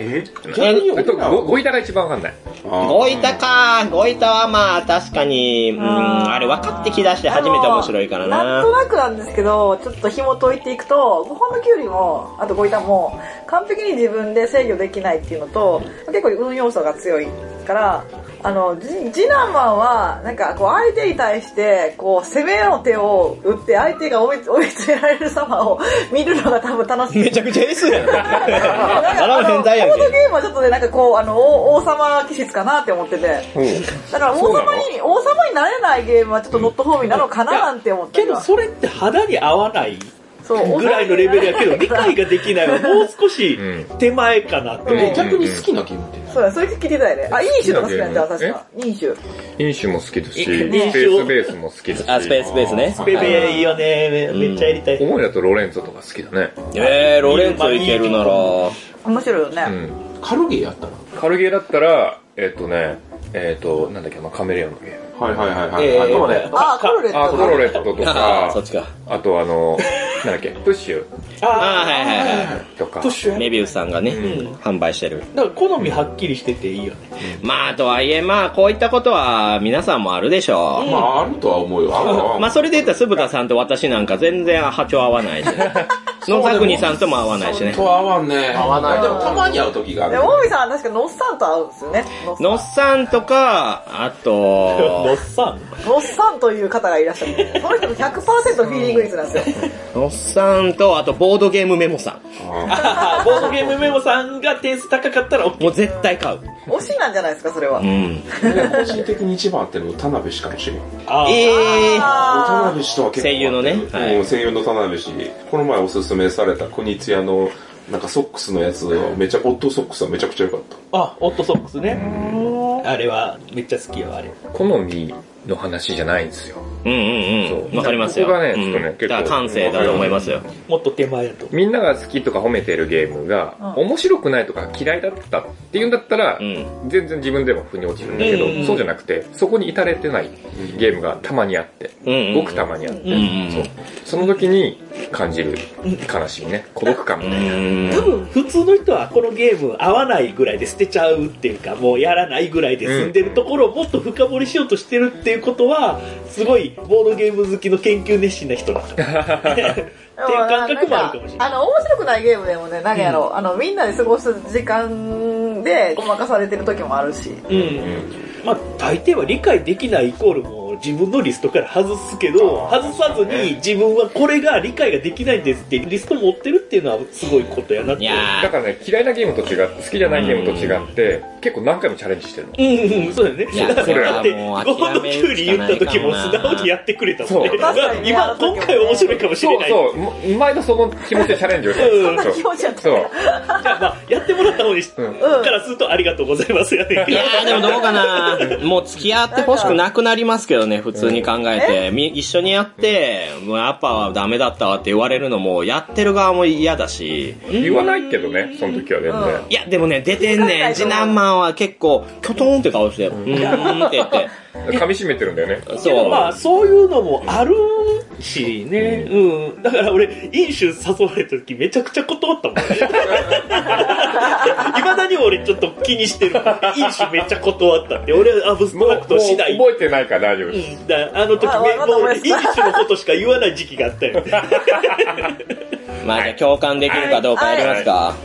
S7: あと、ごごいたが一番わかんない。
S3: あー
S2: ゴイタか、ゴイタはまあ確かに、うん、あれ分かってきだして初めて面白いから
S4: あのなん
S2: な
S4: と。なくなんですけど、ちょっと紐解いていくと、5本のキュウリも、あとゴイタも、完璧に自分で制御できないっていうのと、結構運要素が強いから、あの、じ次男マンは、なんかこう相手に対して、こう攻めの手を打って相手が追い追い詰められる様を見るのが多分楽しい。
S2: めちゃくちゃ S やん。
S4: なんか
S2: あ
S4: あ
S2: ら
S4: の、ボ
S2: 変
S4: ード
S2: 態
S4: ゲ
S2: やんけ。
S4: ームはちょっとね、なんかこう、あの、王王様気質かなって思ってて。だから王
S7: そうな
S4: 様
S7: の
S4: に、王様になれないゲームはちょっとノットホーミーなのかななんて思って
S5: け
S4: る
S5: どそれって肌に合わない
S4: そう
S5: ぐらいのレベルやけど、理解がで
S2: (laughs)
S5: きないはもう少し
S7: う
S5: 手前かなって思う
S3: え。逆に好きなゲームって何
S4: そうだ、それ聞いてたよね。あ、飲酒とか好きなんだよ、確か。飲酒。
S7: 飲酒も好きだし、スペ
S5: 飲
S7: ー
S5: 酒
S7: スベースも好きだし。
S2: あ、スペースベースね。
S5: ペペいいよね、めめっちゃやりたい。
S7: 思いだとロレンツォとか好きだね。
S2: えー、ロレンツいけるなら。
S4: 面白いよ
S7: う
S4: ね。
S7: ん。
S6: カルゲーやったら
S7: カルゲーだったら、えっとね、えっと、なんだっけ、まあカメレオンのゲーム。
S3: はいはいはいはい。
S2: えー
S6: あとはね、
S4: あ、コルレッ
S7: あ、
S4: ト
S7: コ
S4: だ。
S7: ロレットと
S2: あ
S7: か
S2: あ、、そっちか。
S7: あとあの、なんだっけ、プッシュ
S2: ああ、はいはいはい。
S7: とか
S5: プッ。シュや
S2: メビウスさんがね、
S5: ん
S2: 販売してる。
S5: なんか好みはっきりしてていいよね。
S2: まあ、とはいえ、まあ、こういったことは皆さんもあるでしょ
S3: まああるとは思うよ。あるとは
S2: う。
S3: 思
S2: まあ、それで言ったら、ぶたさんと私なんか全然波長合わないしね。野田国さんとも合わないし
S3: う。
S2: ね。
S3: とは合わんね。合
S6: わない
S3: でもたまに会う時があ
S4: で、
S3: る。
S4: モーミさんは確かノッサンと合うんですよね。
S2: のっさんとか、あ
S5: おっ (laughs)
S2: と、
S5: さん。
S4: ノッサンという方がいらっしゃる。この人も100%フィーリング率なんですよ。
S2: のっさんと、あと、ボードゲームメモさ
S5: あ (laughs) ーボードゲームメモさんが点数高かったら OK
S2: ん。もう絶対買う。
S4: 推しなんじゃないですか、それは
S2: う。ん。
S3: 俺個人的に一番合ってるの田辺氏かもしれん。
S5: あー
S2: ええ
S3: 田
S2: ー。
S4: あ
S3: 辺氏とは結構
S2: 声優のねはい
S3: うん声優の田辺氏この前おすすめされた国津屋のなんかソックスのやつをめちゃオットソックスはめちゃくちゃ良かった
S5: あ、オットソックスね。あれはめっちゃ好きよ、あれ。
S7: 好みの話じゃないんですよ。
S2: うんうんうん。わかりますよ。
S7: ここがねちょっとね
S2: うん
S7: 結構
S2: だから感性だと思いますよ。
S5: もっと手前やと。
S7: みんなが好きとか褒めてるゲームが、面白くないとか嫌いだったっていうんだったら
S2: う、ん。
S7: 全然自分でも腑に落ちるんだけ
S5: うん
S7: ど、そうじゃなくて、そこに至れてないゲームがたまにあって、
S2: うんうんうん
S7: ごくたまにあっ
S2: うんう
S7: て、
S2: ん。
S7: その時に感じる悲しみね、孤独感みたいな。
S5: 多分普通の人はこのゲーム合わないぐらいで捨てちゃうっていうかもうやらないぐらいで済んでるところをもっと深掘りしようとしてるっていうことはすごいボードゲーム好きの研究熱心な人なんだ (laughs) っていう
S4: ーでもな
S5: 感
S4: んか
S5: 覚もあるかもしれない
S4: あの、面白くないゲームでもね、何やろう、あの、みんなで過ごす時間でごまかされてる時もあるし。
S5: うんまあ大抵は理解できないイコールもう自分のリストから外すけど外さずに自分はこれが理解ができないんですってリスト持ってるっていうのはすごいことやなっ
S2: い
S5: て
S2: や
S7: だ
S2: ー。
S7: からね、嫌いなゲームと違って、好きじゃないゲームと違って、結構何回もチャレンジしてるの。
S5: うんうん、そうだよね。
S2: いや
S5: だっ
S2: そ
S5: て、
S2: れ
S5: だっ
S2: は
S5: て
S2: もう諦めるし
S5: ゴードキュウリ言った時も素直にやってくれたもんね
S7: そう。
S4: 確かにねあ
S5: 今、
S4: の時もね
S5: 今回は面白いかもし
S7: そ
S5: れ
S7: う
S5: ない。
S7: そうも、毎度その気持ちでチャレンジをしてる
S5: うん
S7: そう
S4: 気持ちやった
S7: そう。
S5: じゃあ、まあ、やってもらった方にし、
S7: うん
S5: からするとありがとうございますよね。
S2: いやーでもどうかなもう付き合ってほしくなくなりますけどね、普通に考えて。み一緒にやって、もうやっぱダメだったわって言われるのも、やってる側も嫌だし。
S7: 言わないけどね、その時は全然。
S2: いや、でもね、出てんねん。次男マンは結構、キョトーンって顔して、うーんって言
S7: (laughs)
S2: って。
S7: 噛み締めてるんだよね。
S5: けど
S2: そう。
S5: まあ、そういうのもあるしね。うん。だから俺、飲酒誘われた時めちゃくちゃ断ったもん。 (laughs) いまだに俺ちょっと気にしてる。飲酒めっちゃ断ったって。俺アブストラクト次第。
S7: 覚えてないから大丈夫です。
S5: うんだあの時、
S4: あ
S5: め
S4: わかった
S5: も
S4: わか
S5: う
S4: った
S5: 飲酒のことしか言わない時期があったよ。
S2: まあ、じゃあ共感できるかどうかやりますか。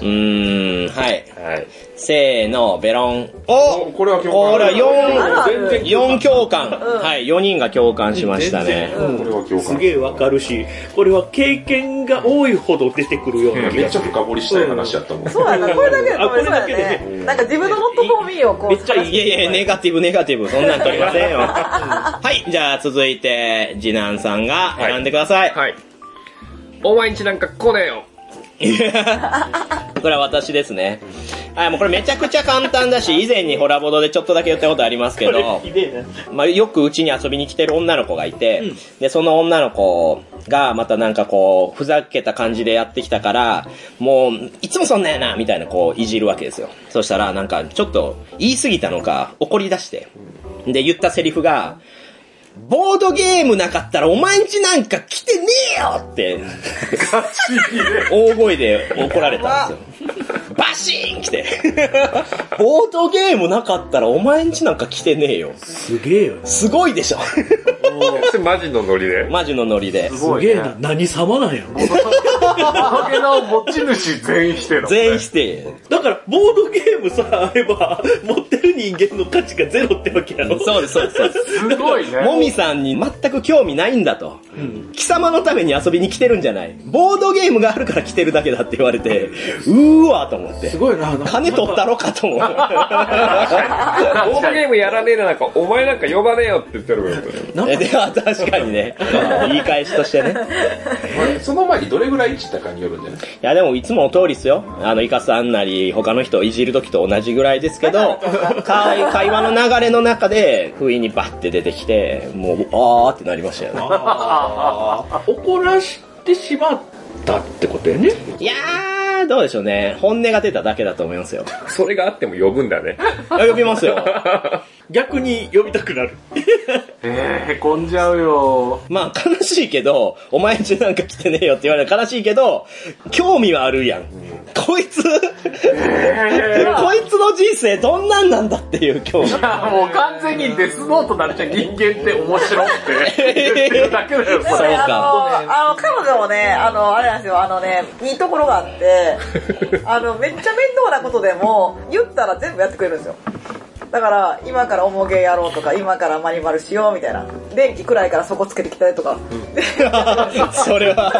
S2: うーん、はい。
S7: はい。
S2: せーの、ベロン。
S3: おこれは共感。
S2: ほら
S4: あらある
S2: 4、四共感。はい、4人が共感しましたね。
S3: これは共感。
S5: すげえわかるし、これは経験が多いほど出てくるような気
S3: めっ
S5: が
S3: ちゃ深掘りしたい話やったもん。
S4: そうやな、これだけで
S5: あこれ
S4: そうや
S5: だけで
S4: ね。なんか自分のノットフォーミーをこう。
S5: めっちゃい
S2: いやいや、ネガティブネガティブ、そんなん取りませんよ。はい、じゃあ続いて、次男さんが選んでください。
S7: はい。お前んちなんか来ねえよ。
S2: これは私ですね。はい、もうこれめちゃくちゃ簡単だし、以前にホラボドでちょっとだけ言ったことありますけど、まあ、よくうちに遊びに来てる女の子がいて、で、その女の子がまたなんかこう、ふざけた感じでやってきたから、もう、いつもそんなんやな、みたいなこう、いじるわけですよ。そしたら、なんかちょっと言い過ぎたのか、怒り出して。で、言ったセリフが、ボードゲームなかったらお前んちなんか来てねえよって、大声で怒られたんですよ。バシーン来て。 (laughs) ボードゲームなかったらお前んちなんか来てねえよ。
S5: すげえよ。
S2: すごいでし (laughs) ょ。
S7: それマジのノリで。
S2: マジのノリで。
S6: す
S5: す
S6: ごい、
S5: げ
S6: ね。
S5: えな。何様なんやろ。
S6: お酒の持ち主全員否定だもんね。
S2: 全員否定。
S5: だから、ボードゲームさえあれば、持ってる人間の価値がゼロってわけやろ。
S2: そうです、そうですそうです。
S6: すごいね。
S2: もみさんに全く興味ないんだと。
S5: ん
S2: 貴様のために遊びに来てるんじゃない。ボードゲームがあるから来てるだけだって言われて、うーわーと思って
S5: す。ごいな。なんか
S2: 金取ったろかと (laughs) 思う。
S7: ボードゲームやらねえななんか、お前なんか呼ばねえよって言ってるからね
S5: なん
S2: え
S5: か
S2: (laughs) では確かにね。言い返しとしてね。
S3: その前にどれぐらいいじったかによるんじゃない
S2: いやでもいつもの通りですよ。あの、イカさんなり他の人をいじるときと同じぐらいですけ (laughs) ど、会会話の流れの中で、不意にバッて出てきて、もう、あーってなりましたよね。
S5: 怒らしてしまったってことやね。
S2: いやー、どうでしょうね。本音が出ただけだと思いますよ。
S7: それがあっても呼ぶんだね。
S2: 呼びます (laughs) よ。
S5: 逆に呼びたくなる。
S6: えー、へこんじゃうよ。
S2: まあ、悲しいけど、お前んちなんか来てねえよって言われるの悲しいけど、興味はあるやん。こ (laughs) いつ、こいつの人生どんなんなんだっていう興味。
S6: もう完全にデスノートなっちゃう人間って面白くて言って (laughs) るだけだよ、
S4: でも
S6: そ
S2: そう
S6: れ。
S4: ね、
S2: か
S4: あの、あの、彼女もね、あの、あれなんですよ、あのね、いいところがあ
S5: (laughs)
S4: って、あの、めっちゃ面倒なことでも、言ったら全部やってくれるんですよ。だから、今からおもげやろうとか、今からマニマルしようみたいな。電気暗いからそこつけてきたりとか、
S2: それ (laughs) は、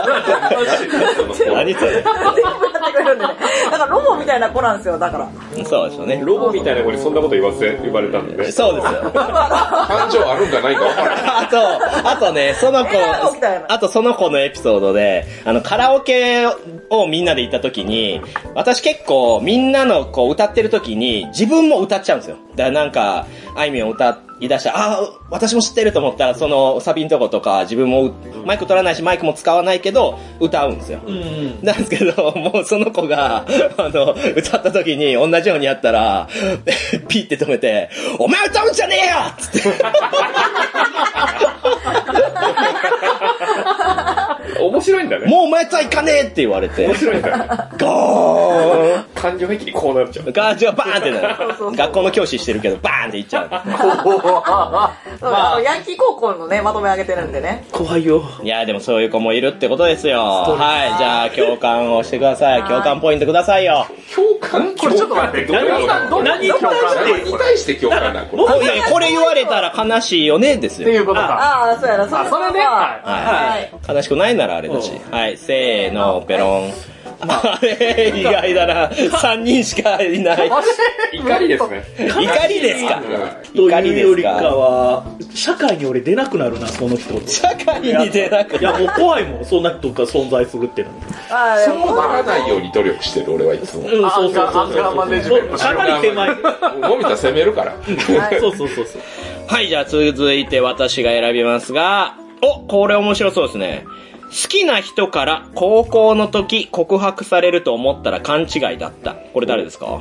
S2: 何それ。
S4: 全部やってくれるんでね。だから、ロボみたいな子なんですよ、だから。
S2: そうでしょうね。
S7: ロボみたいな子にそんなこと言わせ、言われたんでね。
S2: そうですよ。
S3: 感情あるんかないか分からん。
S2: (laughs) あと、あとね、その子
S4: えなんか起きたよ、な
S2: あとその子のエピソードで、あの、カラオケをみんなで行った時に、私結構みんなのこう歌ってる時に自分も歌っちゃうんですよ。だからなんか、あいみょん歌い出したら、あー、私も知ってると思ったら、そのサビんとことか自分もマイク取らないしマイクも使わないけど、歌うんですよ。なんですけど、もうその子が、あの、歌った時に同じようにやったら、 (laughs) ピって止めて、お前歌うんじゃねえよつって。
S7: 面白いんだね。
S2: もうお前とは行かねえって言われて
S7: 面、白いんだね。
S2: ゴー
S7: 感情壁にこうなっちゃう。
S2: ンガージュがバーンってなる。学校の教師してるけど、バーンって行っちゃ
S4: そうあの、ヤンキー高校のね、まとめ上げてるんでね。
S5: 怖いよ。
S2: う。いやーでもそういう子もいるってことですよ。はい、じゃあ共感をしてください。共感ポイントくださいよ。
S3: 共感
S6: これちょっと待って、
S3: どれ
S6: 何
S3: が
S6: ど何共感してる
S3: 何に対して共感なのこれ。
S2: こいやこれ言われたら悲しいよね、です
S6: って
S2: よ。
S6: いうことか。
S4: ああ、そうやな、そ
S6: あ、それね。
S4: は。
S2: はいい。悲しくないならあれだし。はい、せーの、ペロン。あれ、意外だな。3人しかいない。
S7: 怒りですね。
S2: 怒りですか
S5: と
S2: 怒り
S5: いうよ
S2: です
S5: りか
S2: か
S5: は、社会に俺出なくなるな、この人。
S2: 社会に出なく
S5: いや、もう怖いもん。そんな人が存在するっての。
S4: ああ、でも
S3: そうならないように努力してる俺はいつも。
S5: うん、
S6: そ
S5: そうう
S6: そ
S5: そうう
S6: そ
S5: そうう。
S6: そう
S5: かなり手前。
S3: ゴミタ攻めるから。
S4: はい
S5: そうそうそうそう。
S2: はい、じゃあ続いて私が選びますが、お、これ面白そうですね。好きな人から高校の時告白されると思ったら勘違いだった。これ誰ですか
S4: はい。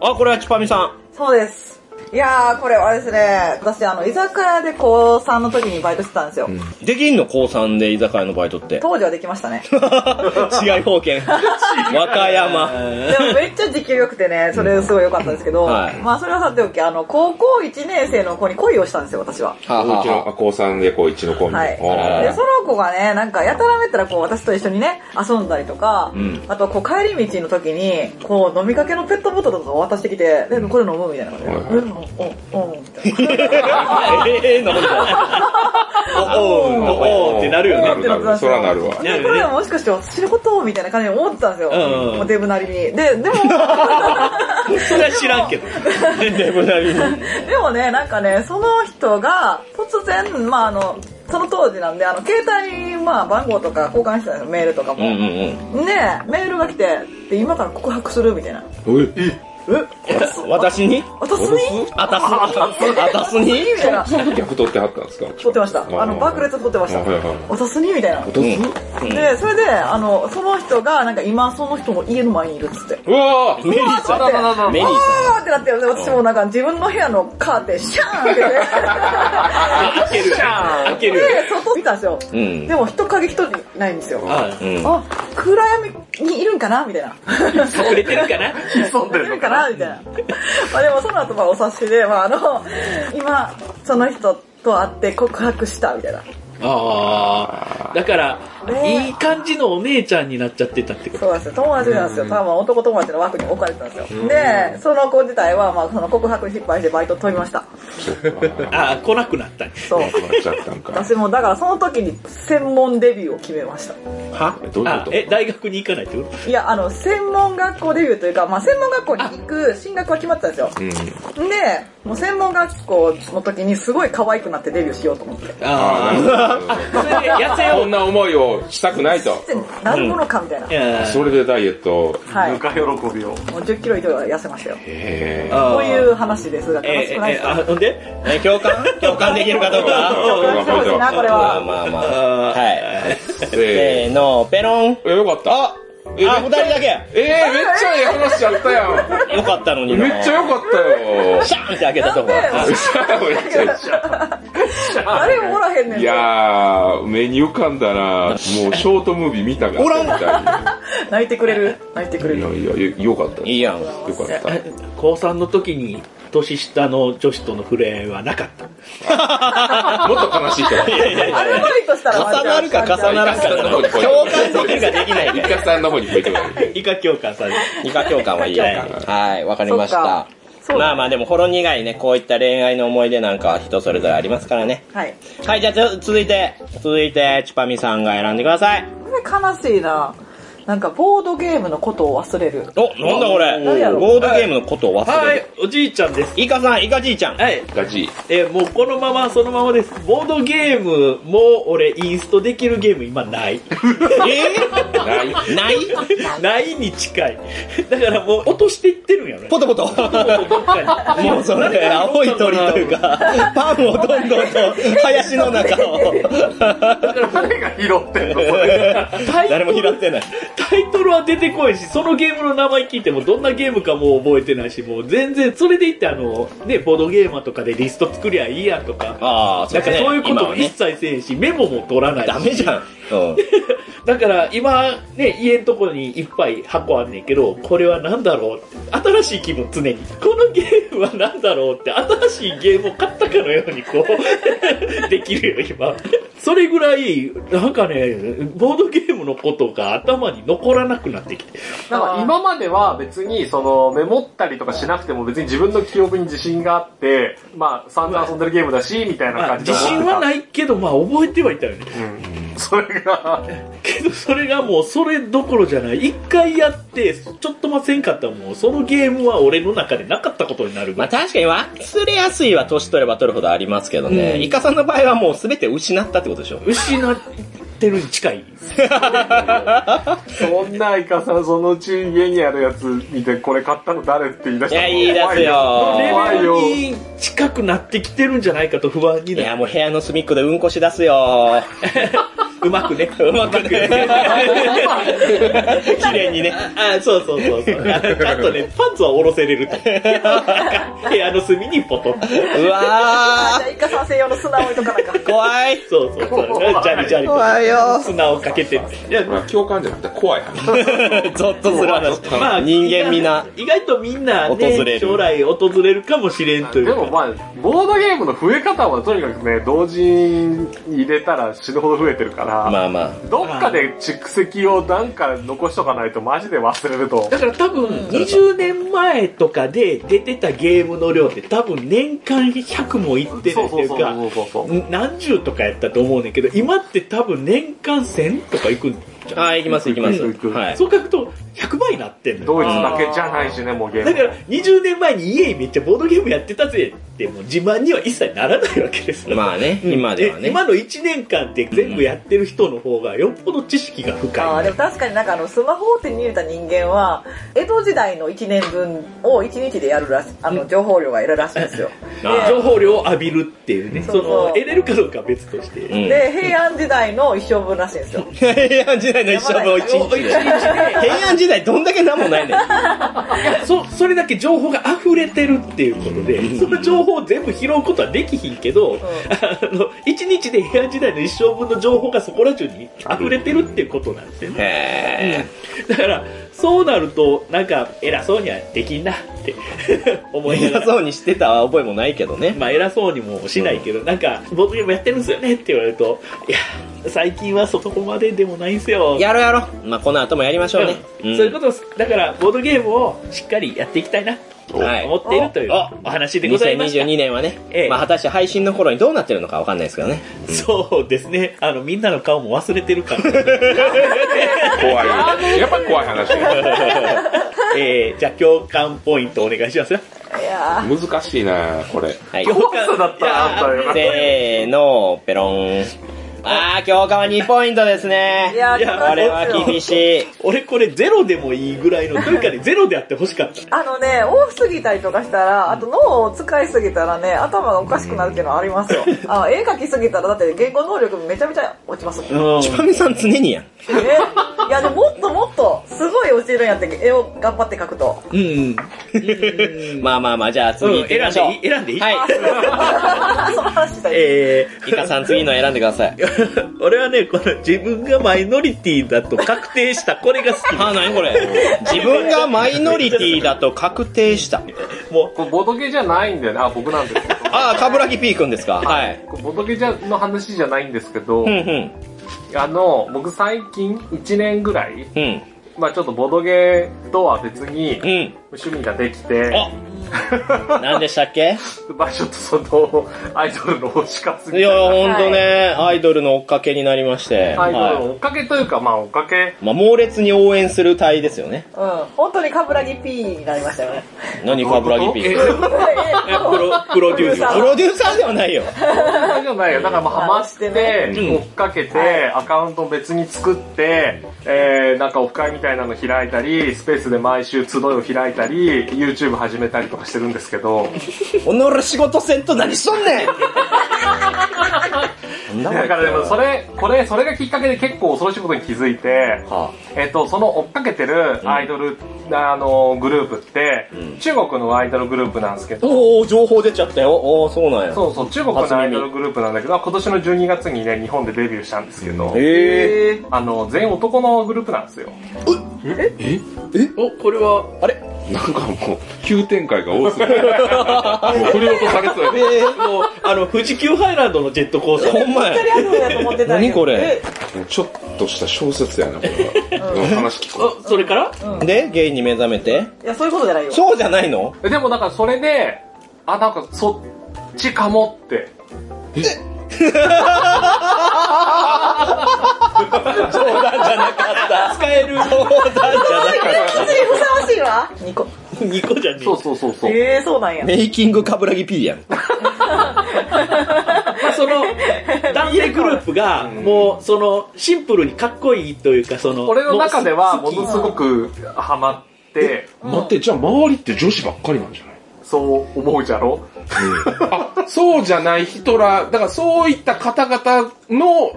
S2: あ、これはチュパミさん。
S4: そうです。いやー、これはですね、私、あの、居酒屋で高3の時にバイトしてたんですよ。
S2: できんの高3で居酒屋のバイトって。
S4: 当時はできましたね。
S2: 違い方権。和歌山。
S4: でもめっちゃ時給良くてね、それすごい良かったんですけど、
S2: はい
S4: まあそれはさておき、あの、高校1年生の子に恋をしたんですよ、私は。
S2: はあはあはあ
S3: あ高3で高1の子に。
S4: はい。で、その子がね、なんか、やたらめったらこう、私と一緒にね、遊んだりとか、あと、こう、帰り道の時に、こう、飲みかけのペットボトルとか渡してきて、で、これ飲むみたいな感じで、
S3: はいはい
S4: うん、うん、うん、みたいな。
S2: ええなんだ。おおうおうってなるよ
S3: な
S2: ね。
S3: るなる。そらなるわ。
S2: ね
S4: これはもしかして私のことみたいな感じに思ってたんですよ。
S2: うんうん
S4: もうデブなりに。で、でも、 (laughs)
S2: それは知らんけど。デブ並みに。
S4: でもね、なんかね、その人が突然、まああの、その当時なんで、あの、携帯に、まあ番号とか交換してたんですよ、メールとかも。
S2: うんうん
S4: ね
S2: うん。
S4: メールが来て、で、今から告白するみたいな。
S2: 私に
S4: 私に
S2: あたす。あたすに
S4: みたいな。
S3: 逆取ってはったんですか
S4: 撮ってました。あの、爆裂撮ってました
S3: はいはい。
S4: 私にみたいな。
S2: うん
S4: で、それで、あの、その人が、なんか今その人の家の前にいるっつって。
S3: うわ
S2: メリー
S4: あ
S2: さ
S4: ららら
S2: ん。メリー
S4: あーってなって、で私もなんか自分の部屋のカーテン、シャーンってね。
S2: さん。開ける。開ける。
S4: で、外見たんですよ。
S2: うん。
S4: でも人影一人ないんですよ。
S5: は
S2: うん。
S4: あ、暗闇にいるんかなみたいな。
S5: い。隠れてるかな
S6: 潜んで
S4: い
S6: る
S4: る
S6: の
S4: んか
S6: か
S4: な
S6: な
S4: みたいな。まあでもその後まあお察しで、まああの、今、その人と会って告白したみたいな。
S5: ああ。だから、
S4: ね
S5: いい感じのお姉ちゃんになっちゃってたってこと。
S4: そうなんですよ。友達なんですよ。多分男友達の枠に置かれてたんですよ。で、その子自体はまあその告白に失敗してバイト飛びました。
S5: ああ、来なくなった。
S4: そう。
S3: ーなっちゃったんか。
S4: (laughs) 私もだからその時に専門デビューを決めました。
S5: は
S3: どういう
S5: あ
S3: こと、
S5: え、大学に行かないってこと
S4: いや、あの、専門学校デビューというか、まあ専門学校に行く進学は決まってたんですよ。
S3: うん。
S4: で、もう専門学校の時にすごい可愛くなってデビューしようと思って。
S3: あ
S5: あ
S3: あ、なる
S5: あ。それで、痩せ
S3: ほど。こ
S5: よ
S3: んな思いをしたくないと。
S4: でなるものかみたいな。
S5: う。いやー
S3: それでダイエット。
S4: はい。
S6: ぬ
S4: も
S6: か喜びを。
S4: う10キロ以上痩せましたよ。
S3: へー。
S5: あー
S4: こういう話ですが、
S5: え
S4: 悲し
S5: え
S4: くない
S5: え
S4: です
S5: あ、
S4: か
S5: ほんで
S2: え共
S5: (laughs)
S2: 感共感できるかどう
S4: (laughs)
S2: か。
S4: 共感してほしいな、これ
S2: まあ
S4: は。
S2: まあまあ。
S5: あー
S2: はい。
S3: え
S2: せーの、ペロン。
S3: ー、よかった。あえ
S2: あ、
S3: め
S2: 二
S3: っ
S2: 人
S3: ちゃ
S2: だけ。
S3: えー、めっちゃええ話しちゃったやん。
S2: よかったのにな
S3: めっちゃよか
S5: (laughs)
S3: ったよ。
S2: シャーンって開けたとこ
S4: なんで
S2: は。
S3: めっちゃいいじゃん
S4: 誰もおらへんねん。
S3: いやー、目に浮かんだなもうショートムービー見たが
S2: おらん
S3: み
S5: (laughs)
S3: た
S4: 泣いてくれる。泣いてくれ
S3: いに。い
S4: る。
S3: やいや、よかった。よ
S2: いいやん。
S3: かった。
S5: え高3の時に年下の女子との触れ合いはなかった。
S3: もっと悲しい人だ。
S4: アルバイトしたら
S2: 重なるか重ならんかだな共感できるかできない
S3: イ
S2: か。
S3: カさんの方にポイントがある。
S5: 以下強化される。
S2: イカ共感はいいやん
S3: イカ共
S2: はい、わかりまし
S4: そっか
S2: た。
S4: そう
S2: まあまあでも、ほろ苦いね、こういった恋愛の思い出なんかは人それぞれありますからね。
S4: はい。
S2: はい、じゃあつ続いて、続いて、チュパミさんが選んでください。
S4: これ悲しいな。なんか、ボードゲームのことを忘れる。
S2: お、なんだこ
S4: 何や
S2: れ。
S4: ろ
S2: ボードゲームのことを忘
S5: は
S2: れ
S5: い
S2: る。、
S5: おじいちゃんです。
S2: イカさん、イカじいちゃん。
S5: はい。
S3: ガチ。
S5: えーもうこのままそのままです。ボードゲームも俺インストできるゲーム今ない。
S2: え
S3: ない。
S2: ー、ない
S5: ないに近い。 (laughs) だからもう落としていってるんやろ。
S2: ポトポト。
S5: どっか
S2: (laughs)
S5: に
S2: もうそれ、青い鳥というか、 (laughs) パンをどんどんと、林の中 (laughs) を。
S6: 誰が拾ってんのそれ。
S2: 誰も拾ってない。
S5: タイトルは出てこいし、そのゲームの名前聞いてもどんなゲームかもう覚えてないし、もう全然、それでいってあの、ね、ボードゲーマーとかでリスト作りゃいいやとか、
S2: ああ、
S5: なんかそういうこ
S2: 今
S5: とも
S2: は
S5: 一
S2: ね。
S5: 切せんし、メモも取らないし。
S2: ダメじゃん。うん。
S5: だから今、ね、家のとこにいっぱい箱あんねんけど、これは何だろうって新しい気分常に。このゲームは何だろうって、新しいゲームを買ったかのようにこう、 (laughs) できるよ、今。それぐらい、なんかね、ボードゲームのことが頭に残らなくなってきて。
S6: なんか今までは別にそのメモったりとかしなくても別に自分の記憶に自信があって、まあ散々遊んでるゲームだし、みたいな
S5: まあ、
S6: 感じで
S5: 自
S6: 思ってた。
S5: 信はないけど、まあ覚えてはいたよね。
S6: うん。それが、
S5: けどそれがもうそれどころじゃない。一回やって、ちょっとませんかったらもう、そのゲームは俺の中でなかったことになるぐ
S2: ま
S5: ら
S2: あ
S5: い。
S2: 確かに忘れやすいは年取れば取るほどありますけどね。
S5: うん
S2: イカさんの場合はもう全て失ったってことでしょ。
S5: 失ってるに近い。
S6: そんなイカさんそのうち家にあるやつ見て、これ買ったの誰って言い出
S2: い
S6: した
S2: や、
S6: ら
S2: 言い出す
S6: 怖
S5: レ
S6: い
S5: ベ
S2: よ。
S5: ルに近くなってきてるんじゃないかと不安に
S2: い
S5: な
S2: や、
S5: る。
S2: もう部屋の隅っこでうんこし出すよ。 (laughs) うまくね。うま (laughs) くね。綺麗にね。あ、そうそうそうそう。ああとね、パンツは下ろせれ
S6: (laughs)
S2: ると。部屋の隅にポトッ。うわ
S4: あじゃあ、イカさん専用の砂置いとかなか。
S2: ー怖い。そう
S5: (laughs)
S2: そうそう。ジャリジャリと。
S4: 怖いよ
S2: 砂をかけてって。いや、
S3: まあ共感じゃなくて怖い話。
S2: ゾッとする話。
S5: まあ
S2: 人間みんな。
S5: 意外とみんな
S2: 訪れ
S5: ね、
S2: る
S5: 将来訪れるかもしれんとい
S6: で
S5: う
S6: も
S5: か。
S6: まあ、ボードゲームの増え方はとにかくね、同時に入れたら死ぬほど増えてるから、
S2: まあまあ。
S6: どっかで蓄積をなんか残しとかないとマジで忘れると。
S5: だから多分、20年前とかで出てたゲームの量って多分年間100もいってる
S6: そう
S5: って
S6: そ
S5: いうう
S6: そ
S5: か、
S6: うそうそう。
S5: 何十とかやったと思うねんけど、今って多分年間1000とかいくんじゃん。
S2: はい、行きます行きます。
S6: 行く行く
S2: はい。
S5: そう書くと100倍になってんのよ。
S6: ドイツだけじゃないしね、もうゲーム。
S5: だから、20年前に家めっちゃボードゲームやってたぜって、もう自慢には一切ならないわけですよ。
S2: まあね、今ではね。
S5: 今の1年間って全部やってる人の方がよっぽど知識が深い、
S4: あーでも確かになんかあのスマホを手に入れた人間は江戸時代の1年分を1日でやるらしあの情報量が得るらしいん
S2: (laughs)
S4: ですよ、
S2: あ
S5: 情報量を浴びるっていうね、そ
S4: そうそう
S5: の、得れるかどうかは別として。
S2: うん。
S4: で平安時代の一生分らしいんですよ
S2: (laughs) 平安時代の一生を一日で。平安時代どんだけなんもないねん。
S5: そそれだけ情報が溢れてるっていうことで、その情報を全部拾うことはできひんけど、あの、一日で平安時代の一生分の情報がそこら中に溢れてるっていうことなんですよね。
S2: へ
S5: だから、そうなると、なんか、偉そうにはできんなって (laughs) 思 (laughs) いなが
S2: 偉
S5: ら。
S2: そうにしてた覚えもないけどね。
S5: まあ偉そうにもしないけど、なんか、ボードゲームやってるんですよねって言われると、いや、最近はそこまででもないんすよ。
S2: (laughs) やろうやろう。まあこの後もやりましょうね。
S5: うん
S2: ん
S5: そういうことです。だから、ボードゲームをしっかりやっていきたいな、と
S2: はい
S5: 思っているというお話でございました。
S2: 2022年はね、
S5: ええ
S2: まあ果たして配信の頃にどうなってるのかわかんないですけどね。
S5: そうですね。あの、みんなの顔も忘れてるから。 (laughs)
S3: 怖い。やっぱ怖い話。
S5: えー、じゃあ共感ポイントお願いしますよ。
S4: いや
S3: 難しいなこれ。
S2: はい。
S6: 怖さだったらあったよ。
S2: せーの、ペロン。あー、強化は2ポイントですね。
S4: いや
S5: いや
S2: これは厳しい。
S5: 俺これゼロでもいいぐらいの、というかね、ゼロであってほしかった。
S4: ーあのね多すぎたりとかしたらあと脳を使いすぎたらね頭がおかしくなるっていうのはありますよあ絵描きすぎたらだって言語能力めちゃめちゃ落ちますもんね
S2: ちばみさん常にやん。
S4: いやでももっともっとすごい落ちるんやって絵を頑張って描くと
S5: うん。
S2: まあまあまあ、じゃあ次行っ
S5: うん、
S2: てみま
S5: 選ん
S2: しょう。
S5: でいい選んでいい、
S2: はい。
S4: あその話したい
S5: え
S2: イカさん次の選んでください。
S5: ー、 (laughs) 俺はね、この自分がマイノリティだと確定した、これが好
S2: あ、なにこれ。自分がマイノリティだと確定した。
S5: き。も
S6: これボードゲじゃないんだよね。あ、僕なんですけど。
S2: あー、カブラギ P 君ですか。はい。
S6: これボードゲじゃの話じゃないんですけ
S2: う、
S6: ど
S2: んうん。
S6: あの、僕最近1年ぐらい、
S2: うん。
S6: まあちょっとボードゲとは別に
S2: うん。
S6: 趣味ができて、
S2: あ何でしたっけ
S6: まあちょっとその、アイドルの推し活
S2: い
S6: み
S2: や
S6: たいな。
S2: ほんとね、アイドルの追っかけになりまして。
S6: アイドル
S2: は
S6: の追っかけというか、まあ追っかけ、
S2: い。まあ、猛烈に応援する隊ですよね。
S4: うん本当にカブラギ P になりましたよね
S2: 何カブラギ P
S6: え
S2: 君。
S6: ー
S4: プロ
S5: う、プロデュース。
S2: プロデューサーではないよ。
S6: じゃないよ。だからまあハマって、追っかけて、アカウントを別に作って、えー、なんかオフ会みたいなの開いたり、スペースで毎週集いを開いたり、YouTube 始めたりとかしてるんですけど、
S2: おのる仕事せんと何しとん
S6: (laughs)
S2: ねん
S6: だからでもそれ、これ、それがきっかけで結構恐ろしいことに気づいて、えっと、その追っかけてるアイドル、あの、グループって、中国のアイドルグループなんですけど、
S2: おー、情報出ちゃったよ。おー、そうなんや。
S6: そうそう、中国のアイドルグループなんだけど、今年の12月にね、日本でデビューしたんですけど、
S2: え
S6: あの、全員男のグループなんですよ。
S5: お、これは、
S3: なんかもう、急展開が多すぎる。もう振り落とされそうや。
S5: もう、あの、富士急ハイランドのジェットコースタ
S2: ー、ほ
S5: ー。
S2: んまや。
S4: アイドルやと思ってたんや
S2: 何
S4: けど
S2: これ
S3: ちょっとした小説やな、これは。でも話聞こ
S5: あそれから
S2: で、ゲイに目覚めて
S4: えいやそういうことじゃないよ
S2: そうじゃないの
S6: えでもだからそれで、あ、なんかそっちかもって。
S2: 冗談じゃなかった。使える。冗談じゃなかっ
S4: それふさわしいわ2個
S5: 2個じゃねえ。
S6: そうそうそうそう。
S4: ええそうなんや
S2: た。メイキングカブラギ P やん。
S5: まあ、その、男性グループが、もう、その、シンプルにかっこいいというか、その、
S6: 俺の中では
S5: も
S6: も
S5: う好
S6: のすごくハマって、
S3: う。待って、じゃあ周りって女子ばっかりなんじゃない
S6: そう思うじゃろ
S3: あ、そうじゃない人ら、だからそういった方々の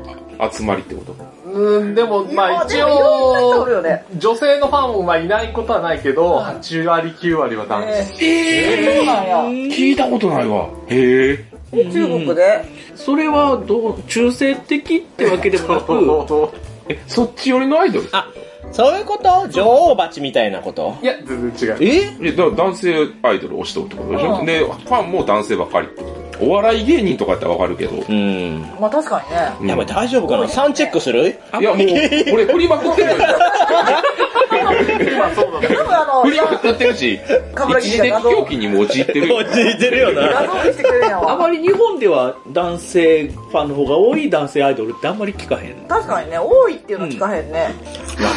S3: 集まりってことか。
S6: うん、でも、まあ
S4: い
S6: 一
S4: やでもいろんな人おるよ
S6: 応、
S4: ね。
S6: 女性のファンはいないことはないけど、8割9割は男子。
S4: えそうなんや。
S3: 聞いたことないわ。へえ。
S4: え中国で
S5: それはどう、中性的ってわけでもなく、
S3: え、そっち寄りのアイドル
S2: あ、そういうこと女王蜂みたいなこと
S6: (laughs) いや、全然違う。
S2: え
S3: え、だから男性アイドル推しとるってことでしょ、
S4: うん
S3: で、ファンも男性ばっかりってことお笑い芸人とかやったらわかるけど。
S2: うん。
S4: まあ確かに
S2: (laughs)
S4: ね。
S2: やばい、大丈夫かなサンチェックする
S3: いや、もう、俺振りまくってるよ。
S6: 今そうだね。
S4: 多分あの、
S3: 振りまくってるし、
S4: 冠
S3: 一
S4: 城
S3: 時
S4: さん
S3: 的狂気にも陥ってるよ。
S2: いてるよ
S4: 画。像にしてくれるんや
S5: あ
S4: わ。
S5: まり日本では男性ファンの方が多い男性アイドルってあんまり聞かへん。
S4: 確かにね、多いっていうの聞かへんね。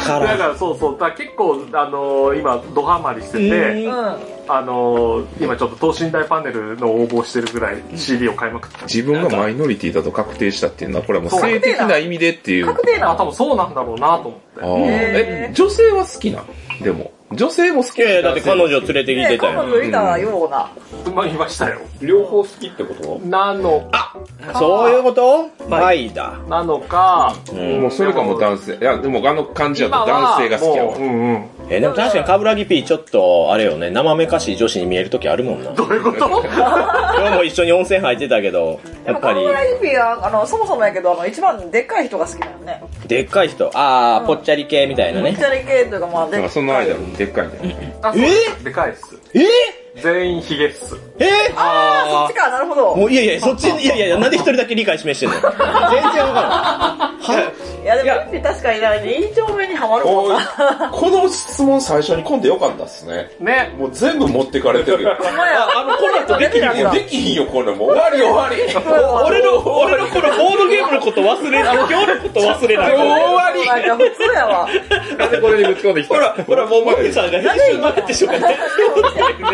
S2: か
S6: だ
S2: らん。
S6: からそうそう、だから結構、あのー今、ドハマりして
S4: う
S6: て、
S4: ん。
S6: あのー今ちょっと等身大パネルの応募してるぐらい CD を買いまくって。
S3: 自分がマイノリティだと確定したっていうのは、これはもう性的な意味でっていう。
S4: 確定な
S6: あ、
S4: の
S6: 多分そうなんだろうなと思って。
S3: あーえ、女性は好きなのでも。女性も好き
S2: いやいや、だって彼女連れてき
S4: ね
S2: てた
S4: 彼
S2: よ。
S4: 女いたらような。
S6: まあ、いましたよ。
S7: 両方好きってこと
S6: なのか、
S2: そういうことはいだ。
S6: なのか、
S3: もうそれかもう男性。いや、でもあの感じやと
S6: 今は
S3: 男性が好きやわ
S6: もう。うんうん。
S2: え、でも確かにカブラギ P ちょっと、あれよね、生めかしい女子に見える時あるもんな。
S6: どういうこと
S2: 今日も一緒に温泉入ってたけど、やっぱり
S4: でも、カムライピーは、あの、そもそもやけど、あの、一番でっかい人が好きだよね。
S2: でっかい人、あー、ぽっちゃり系みたいな
S4: めっ
S2: ね
S4: ち。ゃり系というか、まあ、で
S3: だか
S4: っからい。
S3: そのアイドルでっかいんだよね。
S6: あそう
S2: え
S6: でかいっす。
S2: え
S6: 全員ヒゲっす。
S2: え
S4: あー、そっちか、なるほど。
S2: もういやいや、 (laughs) そっち、いやいや、なんで一人だけ理解示してんの全然わからん。
S4: いや、でも、ピッピ確かに、なんか、2丁目にはまるもん
S7: こ
S4: な。
S7: の質問最初に込んでよかったっすね。
S6: ね。
S7: もう全部持ってかれてるよ。
S5: あの、この後でき
S4: や
S5: る
S4: いや
S7: できひんよ、これもう。終わり終わり。
S5: 俺
S7: (laughs)
S5: の、俺のこのボードゲームのこと忘れ、あの、今日のこと忘れない。
S4: 終わりなんか、普通やわ。
S7: なんでこれにぶち込んできたほら、ほら、もう
S5: マキさんが編集前ってしょうがない。
S7: い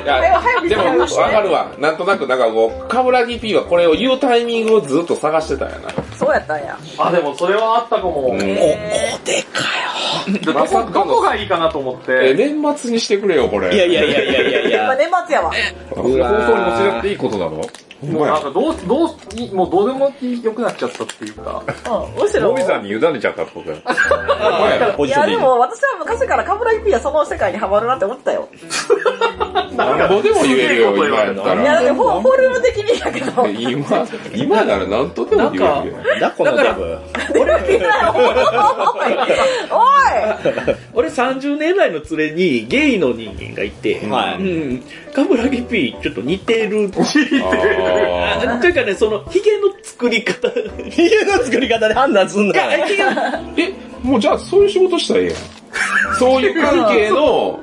S7: やでも、わかるわ。なんとなく、なんかこう、カブラギ P はこれを言うタイミングをずっと探してたんやな。
S4: そうやったんや。
S6: あ、でもそれはあったかも。
S3: うん
S6: ど
S7: まさ
S6: こ
S7: かの
S6: どこがいいかなと思って。
S7: え、年末にしてくれよ、これ。
S2: いやいやいやいやいやい
S4: ま
S2: や。
S4: あ、年末やわ。
S3: 放
S7: 放送に乗せなくていいことなの
S6: もうなんかどう、どう、いもうどうでも良くなっちゃったっていうか。
S4: うん、むしろ。
S7: モミさんに委ねちゃったってことや。
S2: ポ
S4: い
S2: ジショ
S4: や、
S2: ンでい
S4: で
S2: い。
S4: も、私は昔からカムライピーはその世界にはまるなって思ったよ。
S7: なんぼでも言えるよ、今やった
S4: いや、だ
S7: ら。
S4: って、フォフォルム的にやけど。
S7: 今、今なら何とでも言えるよ。
S2: だ、このデブ。
S4: おい
S5: 俺30年来の連れにゲイの人間がいて、
S2: は
S5: う
S2: い。
S5: ん、カブラギ P ちょっと似
S2: (laughs)
S5: てる。
S7: あー
S5: あというかね、その、ヒゲの作り
S2: (laughs)
S5: 方。い
S2: 家の作り方で判断すんな
S5: や、
S2: よ。
S5: ヒゲの、
S3: え、もうじゃあそういう仕事したらええやん。そういう関係の、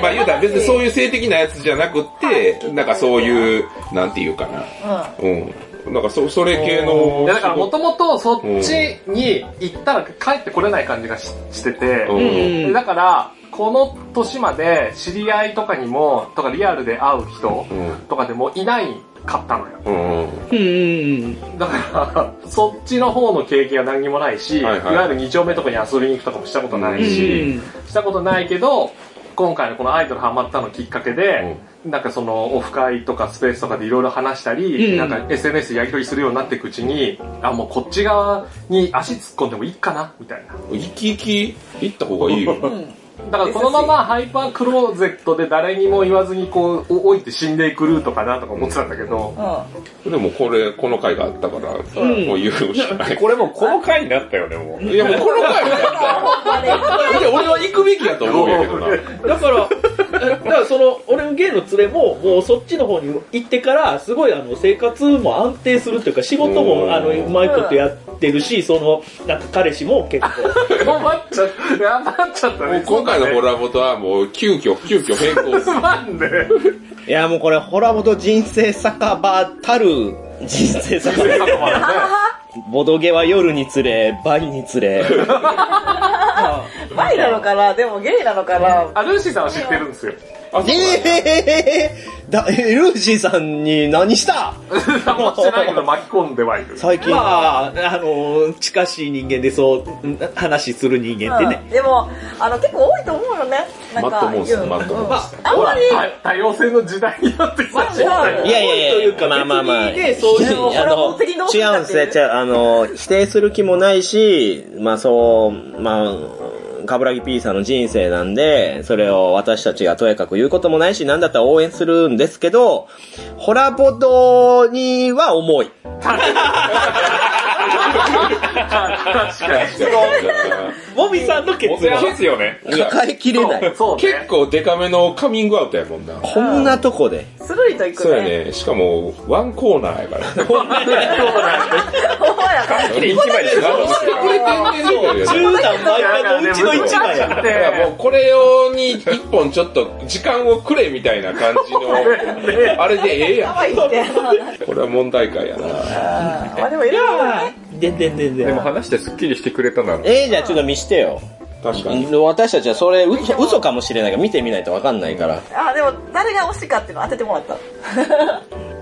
S3: まあ言うたら別にそういう性的なやつじゃなくって、なんかそういう、なんていうかな。うん。なんかそ、それ系の。
S6: いやだからもともとそっちに行ったら帰ってこれない感じがししてて。
S3: うん。
S6: でだから、この年まで知り合いとかにも、とかリアルで会う人
S3: うん
S6: とかでもいないかったのよ。
S3: うん。
S5: うん。
S6: だから、そっちの方の経験が何にもないし、
S3: はい
S6: い
S3: はい
S6: わゆる2丁目とかに遊びに行くとかもしたことないし、したことないけど、今回のこのアイドルハマったのきっかけで、なんかそのオフ会とかスペースとかでいろいろ話した
S5: う
S6: り、
S5: ん
S6: なんか SNS やり取りするようになっていくうちに、あ、もうこっち側に足突っ込んでもいいかな、みたいな。
S3: 生き生き、行った方がいいよ。
S6: だからこのままハイパークローゼットで誰にも言わずにこう、お置いて死んでいくルートかなとか思ってたんだけど、
S4: うん。
S3: でもこれ、この回があったから、もう言うしかない。
S7: これもうこの回になったよね、もう。
S3: いやもうこの回もやったよ。いや俺は行くべきやと思うんやけどな。
S5: だから、だからその、俺のゲイの連れも、もうそっちの方に行ってから、すごいあの、生活も安定するというか、仕事
S3: うん
S5: もあの、うまいことやってるし、その、なんか彼氏も結構。
S6: 困っちゃった、やばっちゃった
S3: も
S6: ね
S3: う。今回のコラボとはもう急遽、急遽変更す
S6: つ
S3: る。
S6: まんで。
S2: いや、もうこれ、ホラボと人生酒場たる、人生酒場。ボドゲは夜につれ、バイにつれ。
S4: バイなのかなでもゲイなのかな
S6: あ、ルーシーさんは知ってるんですよ。
S2: えー、だ、えルーシーさんに何した
S6: (laughs) あんましてないけど巻き込んではいる。
S2: 最近。
S5: まあ、あの、近しい人間でそう、ん話する人間ってね。
S4: うんでも、あの、結構多いと思うよね。なん
S7: マットモン
S4: か
S7: ス
S4: 言う
S7: マットモンス
S4: うんあんまり、
S6: 多様性の時代になってきたし。
S4: まあ
S2: いやいやいや、まあまあまあ。そういう
S4: の
S2: あの、
S4: 俺は
S2: 違うんですね。違う、あの、否定する気もないし、まあそう、まあ、カブラギ P さんの人生なんで、それを私たちがとやかく言うこともないし、なんだったら応援するんですけど、ホラボドには重い。
S6: 確かに。
S5: もみさんの決
S7: 本当にですよね。
S3: いや
S2: 抱えきれない。
S6: そうね。
S3: 結構デカめのカミングアウトやもんな。
S2: こんなとこで。
S4: スルリと行く
S3: そうや
S4: ね。
S3: ね。しかも、ワンコーナーやから。こんな
S4: ほんまやから
S7: 一枚でガードしてるから
S2: 10段毎回のうちの1枚やから。
S3: だからもうこれ用に一本ちょっと時間をくれみたいな感じの、あれでええや
S4: 可愛いって。
S3: ん。これは問題解やな。
S4: あーまあでもいろいろね。
S2: でんでんでんで
S7: でも
S2: ん。
S7: 話してスッキリしてくれたなら。
S2: えー、じゃあちょっと見してよ。
S3: 確かに。
S2: 私たちはそれ嘘嘘かもしれないから見てみないとわかんないから。
S4: あー、でも誰が推しかっていうの当ててもらった。 (laughs)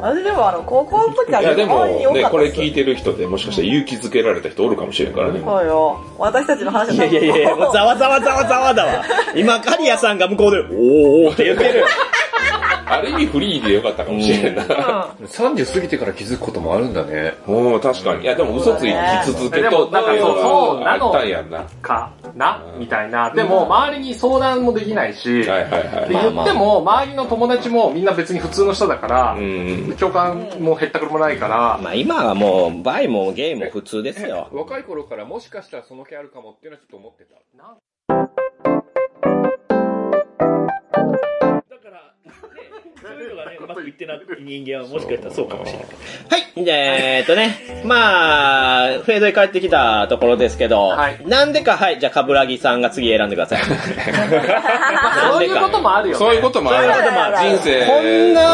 S4: 私でもあの、高校の時はい
S3: やでも
S4: 周りに多か
S3: ね
S4: っ、た
S3: これ
S4: です
S3: 聞いてる人でもしかしたら勇気づけられた人おるかもしれんからね。
S4: そうよ。私たちの話
S2: いやいやいやいや、 (laughs) もうざわざわざわざわだわ。今、カリアさんが向こうで、おーおーって言ってる。
S3: ある意味フリーでよかったかもしれんないな。
S7: 30過ぎてから気づくこともあるんだね。
S3: うん、確かに。いやでも嘘つき続け
S6: で
S3: と、
S6: もなんかそうそうな
S3: あ
S6: の
S3: ったんやんな。は
S6: かなみたいな。でも、周りに相談もできないし、
S3: いはいはい。
S6: で
S2: まあま
S6: 言
S2: あ
S6: っても、周りの友達もみんな別に普通の人だから
S3: う、ん。
S6: 共感も減ったくれもないから、
S2: まあ今はもう、バイもゲイも普通ですよ。
S7: 若い頃からもしかしたらその気あるかもっていうのはちょっと思ってた。
S5: だから、ね、そういうのがね、うまくいってない人間はもしかしたらそうかもしれない。
S2: はい。で、えーっとね、まあ、フェードに帰ってきたところですけど
S6: はい、
S2: なんでか、はい、じゃあ、カブラギさんが次選んでくだ (laughs) さい。
S6: そういうこともあるよね。
S3: そういうこともある。
S4: そういうこともある
S3: 人生。
S2: こんな、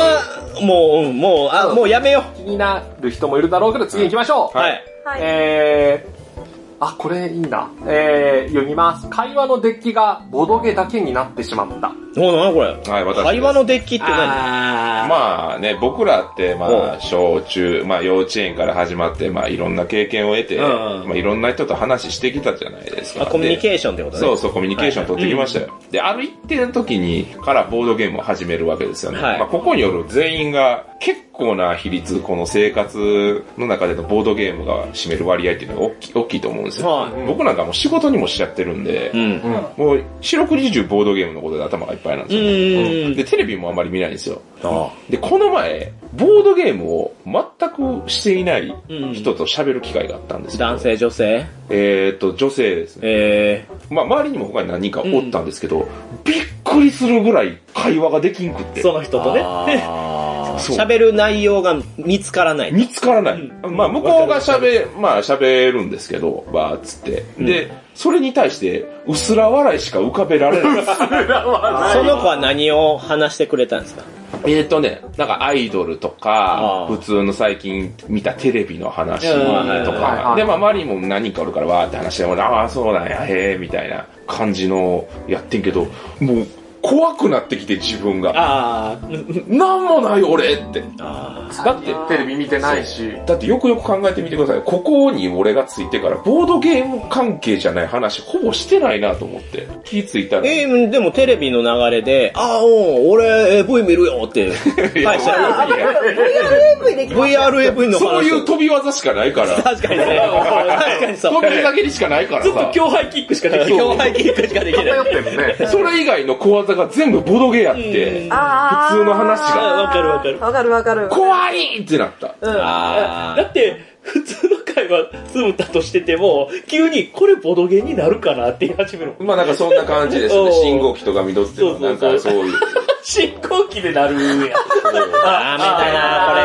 S2: もう、うんもう、あ、もうやめよ
S6: 気になる人もいるだろうけど、次行きましょ
S2: う。
S6: う。
S2: はい。
S4: はい。
S6: えー、あ、これいいんだ。えー、読みます。会話のデッキがボドゲだけになってしまった。
S2: お、なにこれ。
S3: はい、私です。
S2: 会話のデッキって何
S5: あ
S3: まあね、僕らって、ま
S2: う
S3: あ、小中、まあ、幼稚園から始まって、まあ、いろんな経験を得て、
S2: んうん
S3: まあ、いろんな人と話してきたじゃないですか。
S2: あ、コミュニケ
S3: ー
S2: ーションってことね。
S3: そうそう、コミュニケーション取ってきましたよ。で、ある一定の時に、からボードゲームを始めるわけですよね。
S2: はい
S3: まあ、ここによる全員が、結構な比率、この生活の中でのボードゲームが占める割合っていうのが大きい、大きいと思うんですよ。
S2: はい
S3: 僕なんかもう仕事にもしちゃってるんで、
S2: うん。う
S3: もう、四六時中ボードゲームのことで頭がいっぱいなんですよね。
S2: ーん。
S3: で、テレビもあんまり見ないんですよ。
S2: あ
S3: で、この前、ボードゲームを全くしていない人と喋る機会があったんですよ。
S2: 男性、女性
S3: えーっと、女性ですね。
S2: え
S3: まあ、周りにも他に何人かおったんですけど、びっくりするぐらい会話ができんくっ
S5: ー
S3: て。
S5: その人とね。
S2: ー、
S3: そう
S2: 喋る内容が見つからない。
S3: 見つからない。
S5: うん
S3: まあ、向こうが喋、まあ、喋るんですけど、ばーっつって。で、それに対して、うすら笑いしか浮かべられない。
S2: その子は何を話してくれたんですか
S3: えーっとね、なんかアイドルとか
S2: あ、ー
S3: 普通の最近見たテレビの話と
S2: うんはい
S6: はい
S3: か
S6: はい、
S3: で、まあ周りにも何人かおるからわーって話して、ああ、そうなんや、へえ、みたいな感じのやってんけど、もう怖くなってきて自分が。
S5: ああ、
S3: なんもない俺って。
S2: あ
S3: だって、
S6: テレビ見てないし。
S3: だってよくよく考えてみてください。ここに俺がついてから、ボードゲーム関係じゃない話ほぼしてないなと思って。気づいたら。
S2: えーでもテレビの流れで、ああ、うん、俺 AV 見るよって返して
S4: あ
S2: る。
S4: でも VRAV できます。
S2: VRAV の話を
S3: そういう飛び技しかないから。
S2: 確かにね。確かにそう。
S3: 飛び投げにしかないから
S5: ずっと
S3: さ。
S5: 強配キックしかできない。
S2: 境界キックしかできない。
S6: 偏
S2: わ
S6: ってる
S3: (laughs)
S6: ね。
S3: それ以外の小技が全部ボドゲやって、
S4: あー
S3: 普通の話が
S5: わかるわかる
S4: わかるわかる。
S3: 怖いってなった。
S4: うん。
S5: だ
S2: あ
S5: って、普通の会話、つぶたとしてても、急に、これボドゲになるかなって言い始めるもん。
S3: まあなんかそんな感じです
S5: お
S3: ね。
S5: ー
S3: 信号機とか緑っていうのはなんか
S5: そ
S3: そうういう。
S5: 進行期でなるやん。
S2: あ、ダメだな、これ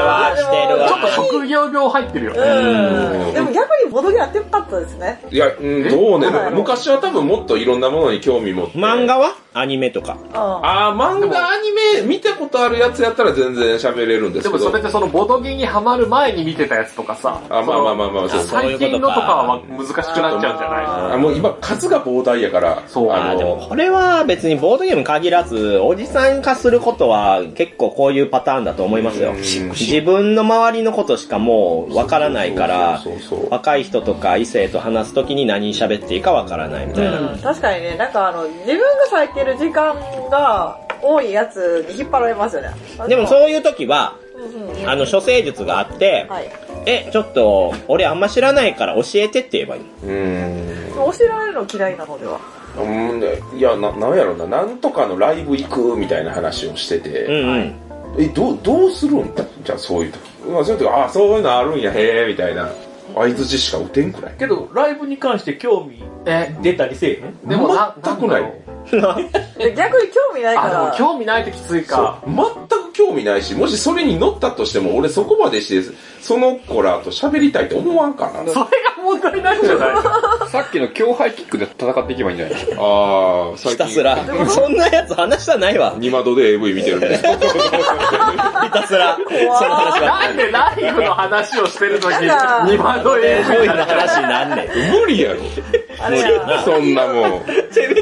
S2: はしてる
S6: ちょっと
S2: わ。
S6: 職業病入ってるよね。
S4: うん。でも逆にボドゲやってよかったですね。
S3: いや、うん、どうね
S4: え。
S3: 昔は多分もっといろんなものに興味持って。
S2: 漫画はアニメとか。
S4: うん。
S3: ああ、漫画アニメ見たこととあるやつやったら全然喋れるんで
S6: です
S3: け
S6: もそ
S3: ど
S6: れ。ってそのボドゲにはまる前に見てたやつとかさ、
S3: あまあまあまあまあ
S6: その
S3: そう
S2: そういう
S6: 最
S2: ことか
S6: 近のとかは難しくなっちゃうんじゃない
S3: あもう今数が膨大やから、
S6: そう
S3: あ
S2: あーでも
S3: の、
S2: これは別にボードゲームに限らず、おじさん化することは結構こういうパターンだと思いますよ。自分の周りのことしかもうわからないから
S3: そうそうそうそう、
S2: 若い人とか異性と話すときに何喋っていいかわからないみたいな。
S4: うん確かにね、なんかあの、自分が咲いてる時間が多いやつに引っ張られますよね。
S2: でも
S4: う、
S2: そういう時は、
S4: うんうん
S2: あの、処世術があって、
S4: はい。
S2: え、ちょっと、俺あんま知らないから教えてって言えばいい。
S3: うん。
S4: 教えられるの嫌いなのでは。
S3: うんねいや、な、なんやろな、なんとかのライブ行くみたいな話をして
S2: う
S3: て、
S2: んうん。
S3: え、どう、どうするんじゃあそういう時。まあそういう時、ああ、そういうのあるんや、へえ、みたいな。相づちしか打てんくらい。
S5: けど、ライブに関して興味
S6: え、
S5: 出たりせえへん
S6: でもな、
S3: 全くない
S6: んだろう
S4: で逆に興味ないか
S6: あ、でも
S4: ら。
S6: 興味ないときついか。
S3: そう全く興味ないし、もしそれに乗ったとしても、俺そこまでして、その子らと喋りたいと思わんかな。
S6: それが問題なんじゃない
S7: さっきの強配キックで戦っていけばいいんじゃない
S3: ああ、最
S2: ひたすら。 (laughs) そんなやつ話したないわ。
S3: 二窓で AV 見てるみたいな。
S2: ひたす
S3: (laughs)
S2: ら。その話は。
S6: なんでライブの話をしてるとき、
S4: なんだ
S6: 二番の英
S2: 恋
S6: 語
S2: の話になん
S3: (laughs)
S2: ねん。
S3: 無理やろ。
S4: あれや。
S3: そんなもん。
S2: せめて、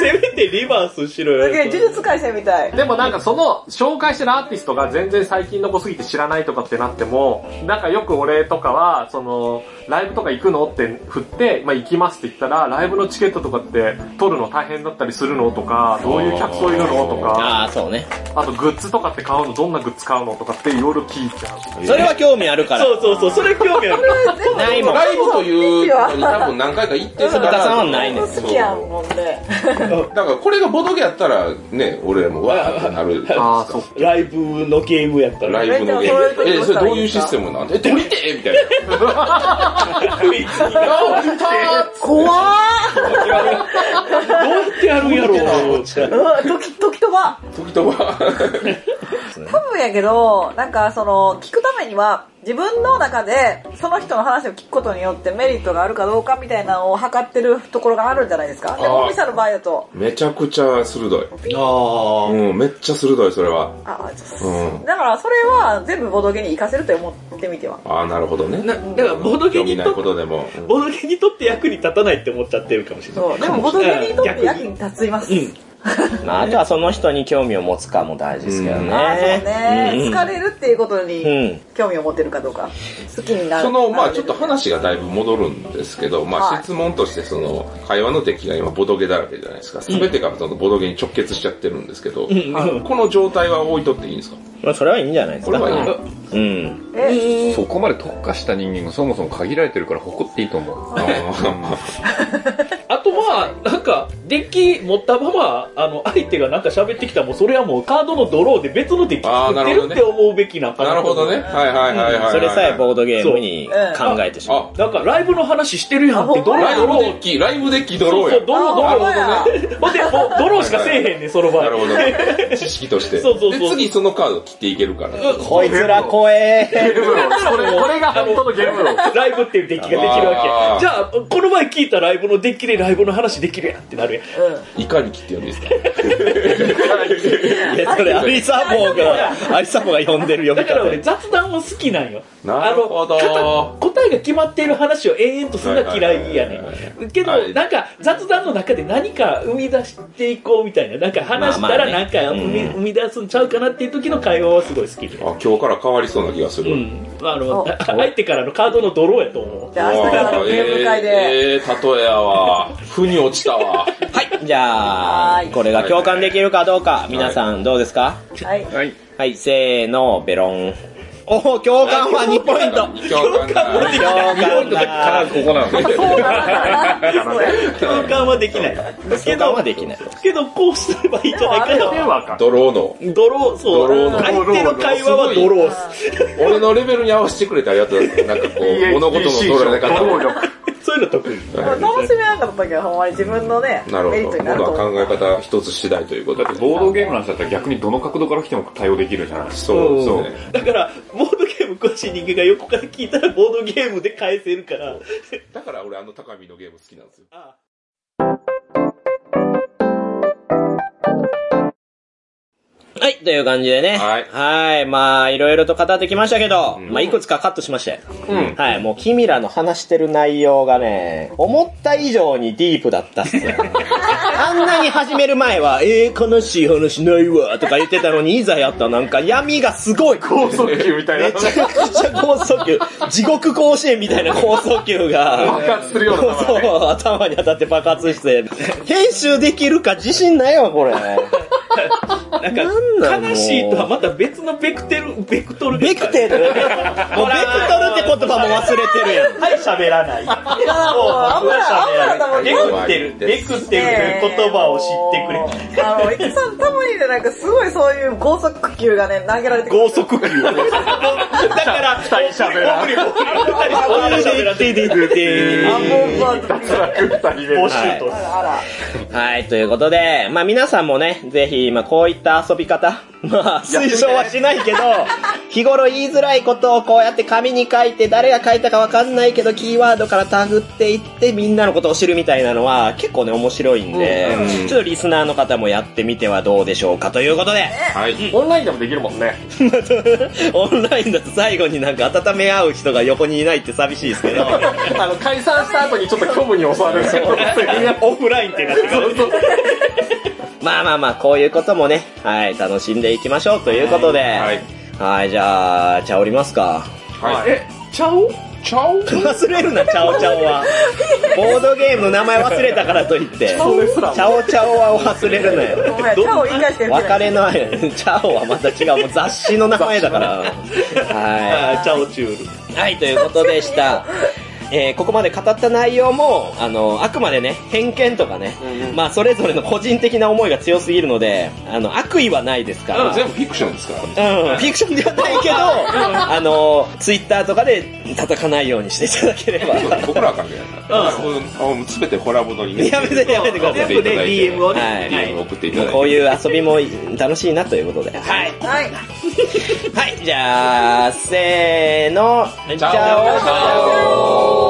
S2: せめてリバースしろ
S4: すげえ、呪術改正みたい。
S6: でもなんかその紹介してるアーティストが全然最近の子すぎて知らないとかってなっても、なんかよく俺とかは、その、ライブとか行くのって振って、まあ行きますって言ったら、ライブのチケットとかって取るの大変だったりするのとか、どういう客層いるのとか、
S2: ああ、そうね。
S6: あとグッズとかって買うの、どんなグッズ買うのとかっていろいろ聞いちゃう。
S2: それは興味あるから。
S5: そうそうそう、それ興味ある。
S2: ないもん。
S3: ライブというのに多分何回か行ってるか
S2: 田
S3: ら。
S2: さんはないね
S4: 好きやんもんで。
S3: だからこれがボドゲやったら、ね、俺もわーってなる。
S6: ああ、そっか。
S5: ライブのゲームやったら。
S3: ライブのゲ
S4: え
S3: ーム。
S4: じゃ
S3: え、
S4: あ
S3: そ
S4: それ
S3: れどういうシステムなんえ、取りてえみたいな。
S4: 怖
S5: どうやってやるんやろう。
S4: ーうん、時、時とば。
S3: 時とば。
S4: 多分やけど、なんかその、聞くためには、自分の中で、その人の話を聞くことによってメリットがあるかどうかみたいなのを測ってるところがあるんじゃないですか。で、
S3: あー
S4: 大見さんの場合だと、
S3: めちゃくちゃ鋭い。
S2: あ
S3: うん、めっちゃ鋭い、それは。
S4: あーちょ
S3: うん。
S4: だからそれは全部ボドゲに活かせると思ってみては。
S3: ああ、なるほどね。
S5: なだからボードゲー
S3: 興
S5: ムに、
S3: 味ないこととでも。うん
S5: ボードゲームにとって役に立たないって思っちゃってるかもしれない。
S4: そう、でもボドゲにとって役に立ついます。
S5: うん
S2: あ。まあ、あとはその人に興味を持つかも大事ですけどね。
S4: ああ、そうね、
S2: うん
S4: 疲れるっていうこと
S2: うん
S4: に興味を持てるかどうか。好きになる。
S3: その、まあちょっと
S4: なる
S3: 話がだいぶ戻るんですけど、ま
S4: は
S3: あ
S4: い
S3: 質問としてその、会話の敵が今ボドゲだらけじゃないですか。すべてがそのボドゲに直結しちゃってるんですけど、この状態は置いとっていいんですか
S2: まあ、それはいいんじゃないです
S3: これ
S2: か。
S3: はいい
S7: の
S2: うん。
S4: え、
S7: そこまで特化した人間がそもそも限られてるから誇っていいと思う。
S5: あとまあ、なんか、デッキ持ったまま、あの、相手がなんか喋ってきたらもうそれはもうカードのドローで別のデッキ作ってるって思うべきなんか
S3: な
S5: な
S3: る
S5: と
S3: ほ
S5: 思う
S3: どね。はいはいはいはいはい。
S2: それさえボードゲームに考えてしまう。
S3: あ、
S5: なんかライブの話してるやんって、ドロ
S3: ラ
S5: ー
S3: イ
S5: ド
S3: ブ
S5: ロ
S3: デッ
S5: ー。
S3: キ、ライブデッキドロ
S5: そう
S3: ーや。
S5: そう、ドロー、ドロ
S4: あなる
S5: ー。ほんで、もうドローしかせえへんねん、その場合
S3: な。るほどね。知識として。
S5: そうそうそう
S3: で、次そのカード切っていけるから。
S2: こいつら怖え。
S6: ゲーム論これ、これが本当のゲーム論。
S5: ライブっていうデッキができるわ
S3: あ
S5: け。
S3: ー
S5: じゃあ、この前聞いたライブのデッキでライブの話できるやんってなるやん。
S3: いかに切ってるんですか
S2: いや、それアリサボーが、アリサボーが呼んでる呼
S5: だ
S2: び
S5: から俺
S2: 方。
S5: 雑談も好きなんよ。
S3: なるほど
S5: あの片答えが決まっている話を延々とするのが嫌いやね
S3: はいはいはいは
S5: ん。けど、
S3: はい
S5: なんか雑談の中で何か生み出していこうみたいな、なんか話した
S2: ま
S5: ら
S2: あまあ
S5: なん
S2: ね
S5: か生み,、
S2: うん
S5: 生み出すんちゃうかなっていう時の会話はすごい好きで。
S3: あ、今日から変わりそうな気がす
S5: う
S3: る。
S5: ん。あの、相手からのカードのドローやと思う
S4: じ。ゃあ明日からのゲーム会で。
S3: えー、えー、例えやわ。腑に落ちたわ。
S2: はい、じゃあ
S4: はー、い
S2: これが共感できるかどうか、皆さんどうですか
S4: はい。
S7: はい。
S2: はい、せーの、ベロン。おお、共感は2ポイント。
S3: 共感だ。
S2: 共感だ。
S7: 必ずここなのね。
S4: そうなんだな。
S5: 共感はできない。
S2: 共感はできない。
S5: けど、こうすればいいんじゃないか
S4: でもあ
S5: と
S4: れ。
S6: 電話
S3: (laughs)
S6: か。
S3: ドローの。
S5: ドロー、そう。
S3: ドローの
S5: 相手の会話はドローっす。
S3: 俺のレベルに合わせてくれてありがとう。なんかこう、物事のドローの方
S6: 労
S3: も。
S6: 力。
S5: そういうの得意。
S4: 楽しめなかったけど、ほんまに自分のね、
S3: なる
S4: メリッ
S3: ほ
S4: ト
S3: ど。
S4: にな
S3: 今
S4: る
S3: 度
S4: と思う。
S3: は考え方一つ次第ということで。
S7: ボードゲームなんてだったら逆にどの角度から来ても対応できるじゃないです
S3: そうですね。
S5: だから、ボードゲーム詳しい人間が横から聞いたらボードゲームで返せるから。
S3: だから俺あの高見のゲーム好きなんですよ。
S5: あ
S2: はい、という感じでね。
S3: はい
S2: はいまあ、いろいろと語ってきましたけど、まあ、いくつかカットしまして。
S3: うん
S2: はい、もう、君らの話してる内容がね、思った以上にディープだったっす
S3: (laughs)
S2: よ。あんなに始める前は、えー、悲しい話ないわ、とか言ってたのに、いざやったらなんか闇がすごい。
S6: 高速球みたい
S2: め
S6: な。
S2: ちゃくちゃ高速球、地獄甲子園みたいな高速球
S3: (laughs)
S2: が。
S6: 爆発するような球
S2: そう
S6: がね
S2: そう、頭に当たって爆発して。編集できるか自信ないわ、
S5: (laughs)
S2: これ。
S5: なん
S2: なんなの
S5: か、悲しいとはまた別のベクテル、ベクトル
S2: ベクテ
S5: (laughs)
S2: ルもうベクトルって言葉も忘れてるやん。
S1: はい、喋らない。
S4: いやーもう、あんまり、あんまり
S1: レ
S4: 多分。
S1: クってる、レクってるという言葉を知ってくれ。
S4: れ。あの、いくさんたまにね、なんかすごいそういう高速球がね、投げられてくる。
S1: 高速球。だから、二人喋らない。
S4: あ、もう、もう、
S1: ボシュート。
S4: あら。
S2: (laughs) はい、ということで、まあ皆さんもね、ぜひ、まあこういった遊び方、 (laughs) まあ推奨はしない (laughs) けど、日頃言いづらいことをこうやって紙に書いて、誰が書いたかわかんないけど、キーワードからタグっていって、みんなのことを知るみたいなのは、結構ね、面白いんで、ちょっとリスナーの方もやってみてはどうでしょうかということで、
S3: はい。
S6: オンラインでもできるもんね。
S2: (laughs) オンラインだと最後になんか温め合う人が横にいないって寂しいですけど、
S6: (laughs) あの、解散した後にちょっと虚無に
S2: (laughs)
S6: 襲われるけど。
S1: オフラインってなってくる。
S2: まあまあまあ、こういうこともね、はい、楽しんでいきましょうということで、はいい、じゃあ、茶おりますか。
S3: はい。
S5: え、ちゃお
S3: ちゃお
S2: 忘れるな、チャオチャオ
S6: (laughs)
S2: は。ボードゲームの名前忘れたからといって、チャオチャオは忘れるな
S6: (laughs)
S2: よ。
S4: ごめん、チャオ言い返してる
S2: 別れの愛、チャオはまた違う、もう雑誌の名前だから。は
S5: あ、ちゃおチュール。
S2: い。はい、ということで
S3: (laughs)
S2: した。えーここまで語った内容も、あの、あくまでね、偏見とかね、まあ、それぞれの個人的な思いが強すぎるので、あの、悪意はないですか
S3: だからら。全部フィクションですから。
S2: うん、フィクションではないけど、あの、ツイッターとかで叩かないようにしていただければ。
S3: 僕らは関係ないから。うん。すべてコラボドにね。
S2: やめてやめてください
S3: 送っていただいて
S5: DM をね
S2: はい
S3: DM 送っていただ
S2: も
S3: いうて。
S2: こういう遊びも楽しいなということで。はい。
S4: はい。
S2: はい、じゃあ、せーの、じゃあ、
S3: チャオ